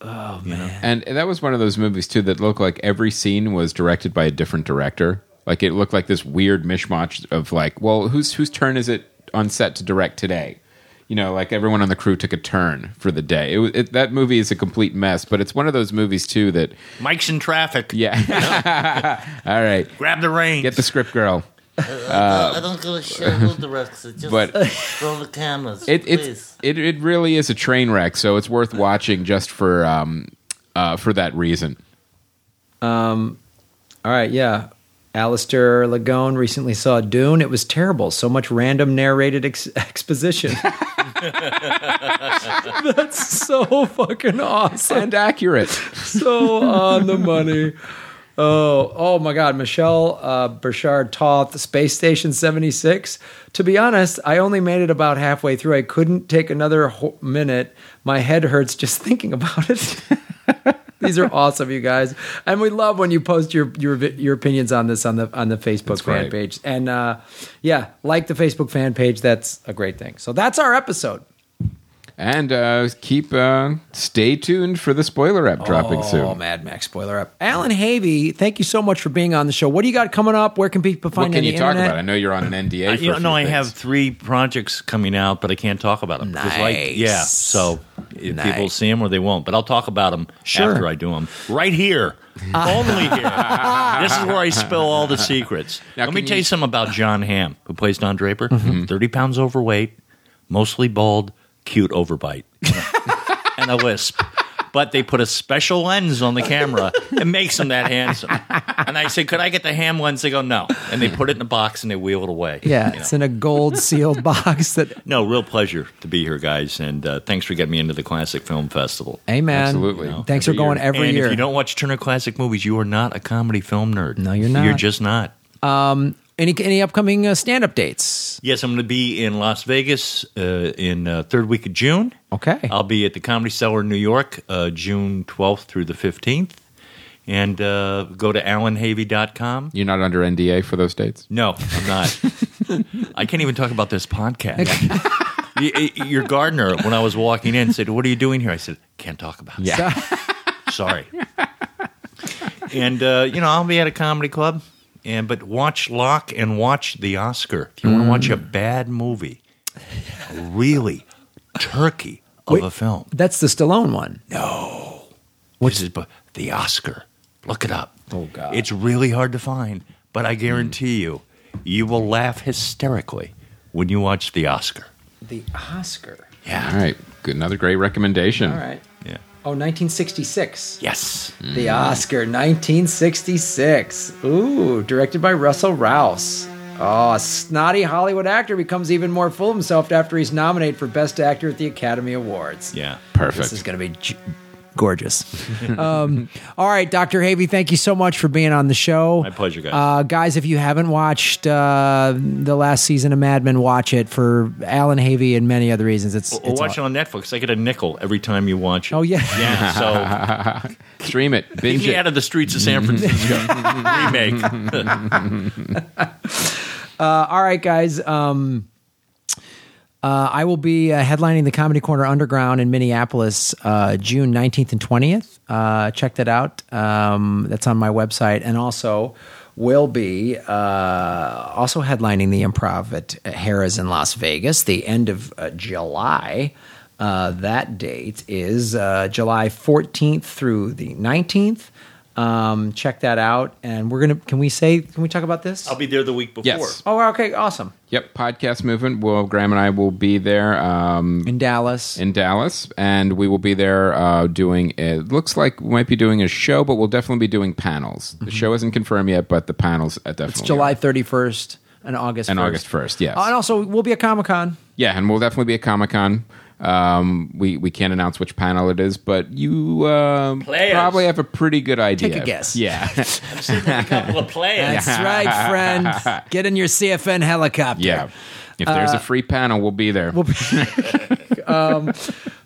A: Oh, Oh man.
B: And that was one of those movies too that looked like every scene was directed by a different director. Like it looked like this weird mishmash of like, well, whose whose turn is it on set to direct today? You know, like everyone on the crew took a turn for the day. It, wa- it, that movie is a complete mess, but it's one of those movies too that
C: Mike's in traffic.
B: [laughs] yeah. [laughs] All right,
C: Grab the reins.
B: get the script girl.
D: I don't give a shit who directs it. Just
B: But-
D: throw the cameras,
B: It
D: please.
B: it's it, it really is a train wreck, so it's worth watching just for um uh for that reason.
A: All right, yeah. Alistair Lagone recently saw Dune. It was terrible. So much random narrated ex- [laughs] exposition. That's so fucking awesome.
B: And accurate.
A: so on the money. Oh, oh my God, Michelle uh, Burchard Toth, Space Station 76. To be honest, I only made it about halfway through. I couldn't take another ho- minute. My head hurts just [laughs] thinking about it. These are awesome, you guys, and we love when you post your your vi- your opinions on this on the on the Facebook fan
B: right.
A: page. And uh, yeah, like the Facebook fan page. That's a great thing. So that's our episode.
B: And uh, keep uh, stay tuned for the spoiler app dropping
A: Oh,
B: soon.
A: Mad Max spoiler up. Alan Havey, thank you so much for being on the show. What do you got coming up? Where can people find
B: What can
A: on
B: you
A: the
B: talk
A: internet?
B: about? I know
A: [laughs]
B: you're on an NDA.
C: I,
B: for
C: you
B: a few
C: know, I
B: things.
C: have three projects coming out, but I can't talk about them. 'Cause, Like, yeah,
A: Nice.
C: so if people
A: Nice.
C: see them or they won't, but I'll talk about them
A: Sure.
C: after I do them. Right here, only here. this is where I spill all the secrets.
B: Now,
C: Let me
B: can
C: tell you
B: you-
C: something about John Hamm, who plays Don Draper. Thirty pounds overweight, mostly bald, cute overbite, and a lisp. But they put a special lens on the camera. It makes him that handsome. And I said, "Could I get the ham lens?" They go, "No." And they put it in a box and they wheel it away.
A: Yeah,
C: You know?
A: it's in a
B: [laughs]
A: gold sealed box. That
C: No, real pleasure to be here, guys, and uh, thanks for getting me into the Classic Film Festival.
A: hey man,
B: Absolutely. You know,
A: Thanks for
B: every
A: going
B: year.
A: every
C: and
A: year.
C: if you don't watch Turner Classic Movies, you are not a comedy film nerd.
A: No, you're not.
C: You're just not.
A: any any upcoming uh, stand up dates?
C: Yes, I'm going to be in Las Vegas uh, in uh, third week of June.
A: Okay.
C: I'll be at the Comedy Cellar in New York, uh, June 12th through the 15th, and uh, go to alanhavey.com.
B: You're not under NDA for those dates.
C: No, I'm
A: [laughs]
C: not. I can't even talk about this podcast. Y- y- Your gardener, when I was walking in, said, "What are you doing here?" I said, "Can't talk about." it." Sorry. and uh, you know, I'll be at a comedy club, and but watch Locke and watch the Oscar if you
A: Mm.
C: want to watch a bad movie, a really turkey of a film.
A: [laughs] That's the Stallone one.
C: Which is bu- the Oscar. Look it up.
A: Oh, God. Mm.
C: it's really hard to find, but I guarantee you, you will laugh hysterically when you watch the Oscar.
A: The Oscar.
C: Yeah.
B: All right. Good. Another great recommendation.
A: All right.
C: Yeah.
A: Oh, 1966.
C: Yes.
A: The Oscar, 1966. Ooh, directed by Russell Rouse. Oh, a snotty Hollywood actor becomes even more full of himself after he's nominated for Best Actor at the Academy Awards.
C: Yeah.
B: Perfect.
A: This is going to be j- gorgeous. [laughs] um, all right, Dr. Havey, thank you so much for being on the show.
C: My pleasure, guys.
A: Uh, guys, if you haven't watched uh, the last season of Mad Men, watch it for Alan Havey and many other reasons. It's,
C: Or
A: it's
C: watch it
A: aw-
C: on Netflix. I get a nickel every time you watch it.
A: Oh,
C: [laughs]
A: yeah.
C: Yeah.
A: [laughs]
C: So
B: Stream it. Binge
C: Get me
B: it.
C: out of the streets of San
B: Mm-hmm. [laughs]
C: Francisco. Remake.
A: Uh, all right, guys. Um, uh, I will be uh, headlining the Comedy Corner Underground in Minneapolis uh, June 19th and 20th. Uh, check that out. Um, that's on my website. And also, will be uh, also headlining the improv at, at Harrah's in Las Vegas the end of uh, July. Uh, that date is uh, July 14th through the 19th. Um, check that out. And we're going to, can we say, can we talk about this?
C: [laughs] I'll be there the week before.
B: Yes.
A: Oh, okay, awesome.
B: Yep. Podcast movement. Well, Graham and I will be there um,
A: In Dallas.
B: in Dallas, and we will be there uh, doing. It looks like we might be doing a show, but we'll definitely be doing panels. The show isn't confirmed yet, but the panels uh, definitely.
A: Mm-hmm. it's
B: are.
A: July 31st and August
B: And
A: 1st.
B: August 1st, yes.
A: Oh, And also, we'll be at Comic Con.
B: Yeah, and we'll definitely be at Comic Con. Um, we we can't announce which panel it is, but you um,
C: Players.
B: probably have a pretty good idea.
A: Take a guess. [laughs]
B: Yeah, [laughs]
C: A [laughs] couple of plays.
A: That's right,
B: [laughs]
A: friend. Get in your CFN helicopter.
B: yeah. If there's
A: Uh,
B: a free panel, we'll be there.
A: [laughs] Um,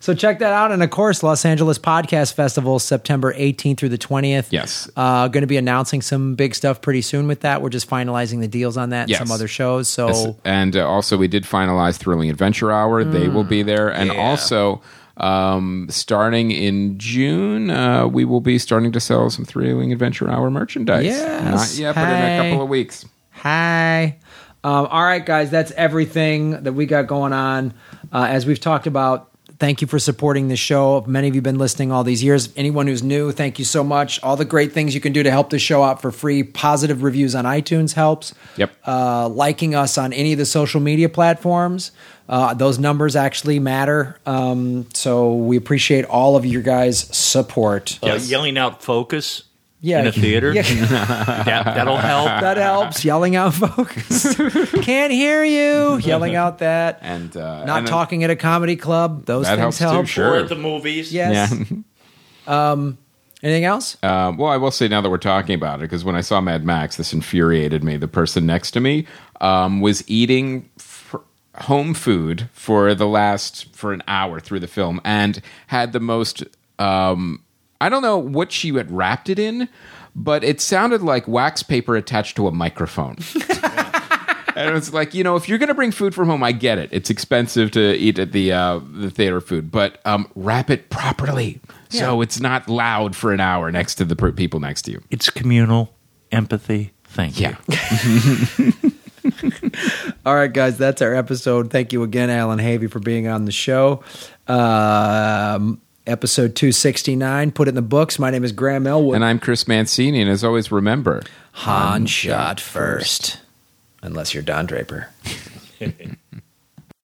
A: So check that out. And of course, Los Angeles Podcast Festival, September 18th through the 20th.
B: Yes.
A: Uh, going to be announcing some big stuff pretty soon with that. We're just finalizing the deals on that
B: Yes.
A: and some other shows. So Mm.
B: Yes, And uh, also, we did finalize Thrilling Adventure Hour. They will be there. And also, Um, starting in June, uh, we will be starting to sell some Three Wing Adventure Hour merchandise.
A: Yes.
B: Not yet, but in
A: Hey.
B: a couple of weeks.
A: Hi. Um, all right, guys, that's everything that we got going on. Uh, as we've talked about, thank you for supporting the show. Many of you have been listening all these years. Anyone who's new, thank you so much. All the great things you can do to help the show out for free. Positive reviews on iTunes helps.
B: Yep.
A: Uh, liking us on any of the social media platforms. Uh, those numbers actually matter. Um, so we appreciate all of your guys' support.
C: Yeah, Uh, yelling out [laughs] focus
A: Yeah.
C: in a theater.
A: [laughs] Yeah.
C: that, that'll help.
B: [laughs]
A: that helps. Yelling out focus. Can't hear you. Yelling out that.
B: And uh,
A: Not
B: and, uh,
A: talking at a comedy club. Those
B: That
A: things
B: helps too,
A: help.
B: sure.
C: Or at the movies.
A: Yes.
B: [laughs] Yeah.
A: [laughs] Anything else?
B: Um, well, I will say now that we're talking about it, because when I saw Mad Max, this infuriated me. The person next to me um, was eating f- home food for the last for an hour through the film, and had the most. Um, I don't know what she had wrapped it in, but it sounded like wax paper attached to a microphone. And it's like, you know, if you're going to bring food from home, I get it. It's expensive to eat at the uh, the theater food, but um, wrap it properly so it's not loud for an hour next to the per- people next to you.
C: It's communal empathy. Thank [laughs]
B: Yeah.
A: All right, guys, that's our episode. Thank you again, Alan Havey, for being on the show. Um, episode 269, put it in the books. My name is Graham Elwood.
B: and I'm Chris Mancini, and as always, remember.
A: Han shot first, unless you're Don Draper.
C: you.